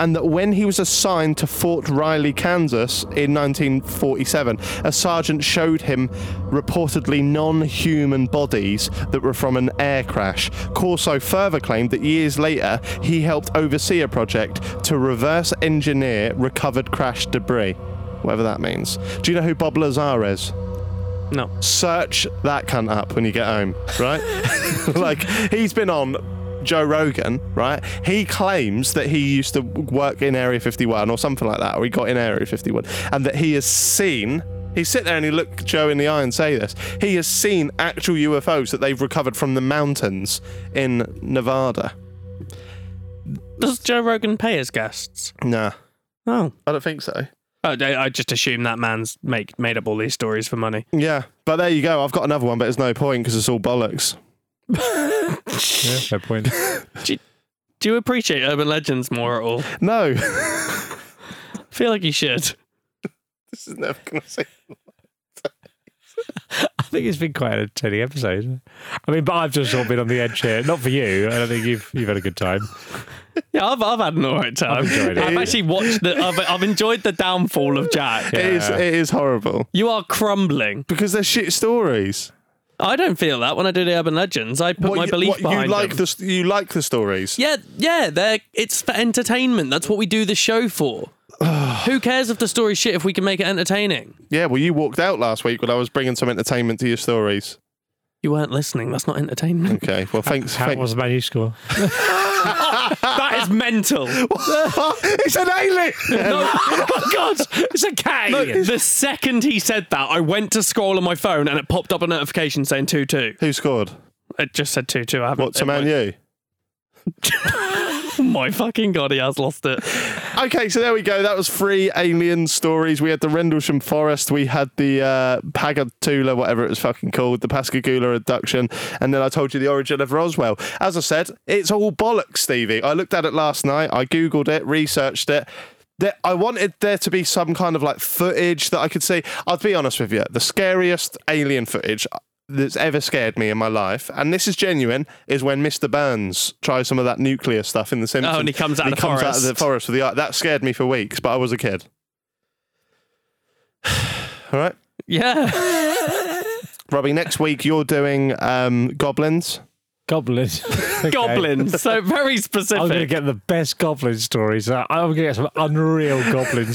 and that when he was assigned to Fort Riley, Kansas in 1947, a sergeant showed him reportedly non human bodies that were from an air crash. Corso further claimed that years later he helped oversee a project to reverse engineer recovered crash debris. Whatever that means. Do you know who Bob Lazar is?
No.
search that cunt up when you get home, right? [LAUGHS] like he's been on Joe Rogan, right? He claims that he used to work in Area 51 or something like that, or he got in Area 51, and that he has seen. He sit there and he look Joe in the eye and say this. He has seen actual UFOs that they've recovered from the mountains in Nevada.
Does Joe Rogan pay his guests?
Nah,
Oh.
I don't think so.
Oh, I I just assume that man's make, made up all these stories for money.
Yeah, but there you go. I've got another one, but it's no point because it's all bollocks.
Yeah, no point.
Do you, do you appreciate urban legends more at all?
No, [LAUGHS]
I feel like you should.
this is never gonna say.
I think it's been quite an entertaining episode. I mean, but I've just sort of been on the edge here. Not for you. I don't think you've you've had a good time.
Yeah, I've, I've had an alright time. I've,
enjoyed it.
actually watched the. I've, I've enjoyed the downfall of Jack.
It is. It is horrible
You are crumbling.
because they're shit stories.
I don't feel that when I do the urban legends. I put my
you-
belief
what,
behind
you like
them.
the st- you like the stories.
Yeah, yeah, they're, it's for entertainment. That's what we do the show
[SIGHS]
for. Who cares if the story's shit if we can make it entertaining?
Yeah, well, you walked out last week when I was bringing some entertainment to your stories.
You weren't listening. That's
[LAUGHS]
not entertainment.
Okay, well, thanks.
How
thanks. [LAUGHS]
was the man you score?
that is [LAUGHS] mental.
[LAUGHS] it's an alien.
No, oh God,
It's a cat.
Look,
alien.
the second he said that, I went to scroll on my phone and it popped up a notification saying 2 2.
Who scored?
It just said 2 2. I haven't.
What to man you?
you? My [LAUGHS] fucking God, he has lost it.
Okay, so there we go. That was three alien stories. We had the Rendlesham Forest. We had the uh, Pagatula, whatever it was fucking called, the Pascagoula abduction, and then I told you the origin of Roswell. As I said, it's all bollocks, Stevie. I looked at it last night. I googled it, researched it. There, I wanted there to be some kind of like footage that I could see. I'll be honest with you, the scariest alien footage that's ever scared me in my life, and this is genuine, is when Mr. Burns tries some of that nuclear stuff in The Simpsons.
Oh, and he comes out of the
comes
forest.
the forest with the eye. That scared me for weeks, but I was a kid. [SIGHS] All right,
Yeah.
[LAUGHS] Robbie. Next week you're doing um, goblins.
[LAUGHS] goblins.
Goblins. So very
I'm
specific.
going to get the best goblin stories. Uh, I'm going to get some unreal goblin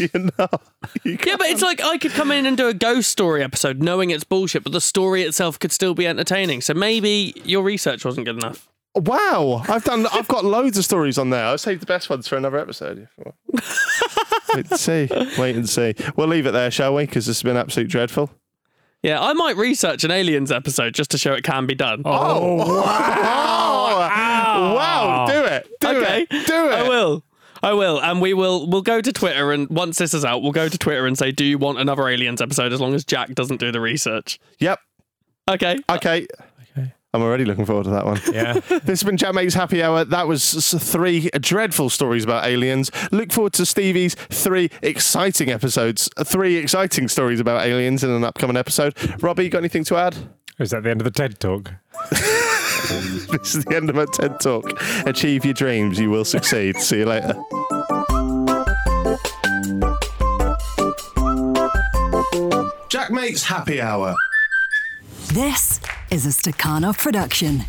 [LAUGHS] yeah, but it's like I could come in and do a ghost story episode knowing it's bullshit, but the story itself could still be entertaining. So maybe your research wasn't good enough.
Wow, I've done. I've got loads of stories on there. I'll save the best ones for another episode. if you
[LAUGHS]
want. wait and see. Wait and see. We'll leave it there, shall we? Because this has been absolute dreadful.
Yeah, I might research an aliens episode just to show it can be done.
Oh, wow. Wow, do it. Do
okay.
it. Do it.
I will. I will. And we will we'll go to Twitter and once this is out, we'll go to Twitter and say, Do you want another aliens episode as long as Jack doesn't do the research?
Yep.
Okay.
Okay. I'm already looking forward to that
[LAUGHS]
one.
[LAUGHS] Yeah.
this has been Jammate's Happy Hour. That was s- three dreadful stories about aliens. Look forward to Stevie's three exciting episodes, three exciting stories about aliens in an upcoming episode. Robbie, you got anything to add?
Is that the end of the TED Talk?
[LAUGHS] this is the end of my TED Talk. Achieve your dreams, you will succeed. See you later. Jack Mate's Happy Hour.
This is a Staccano production.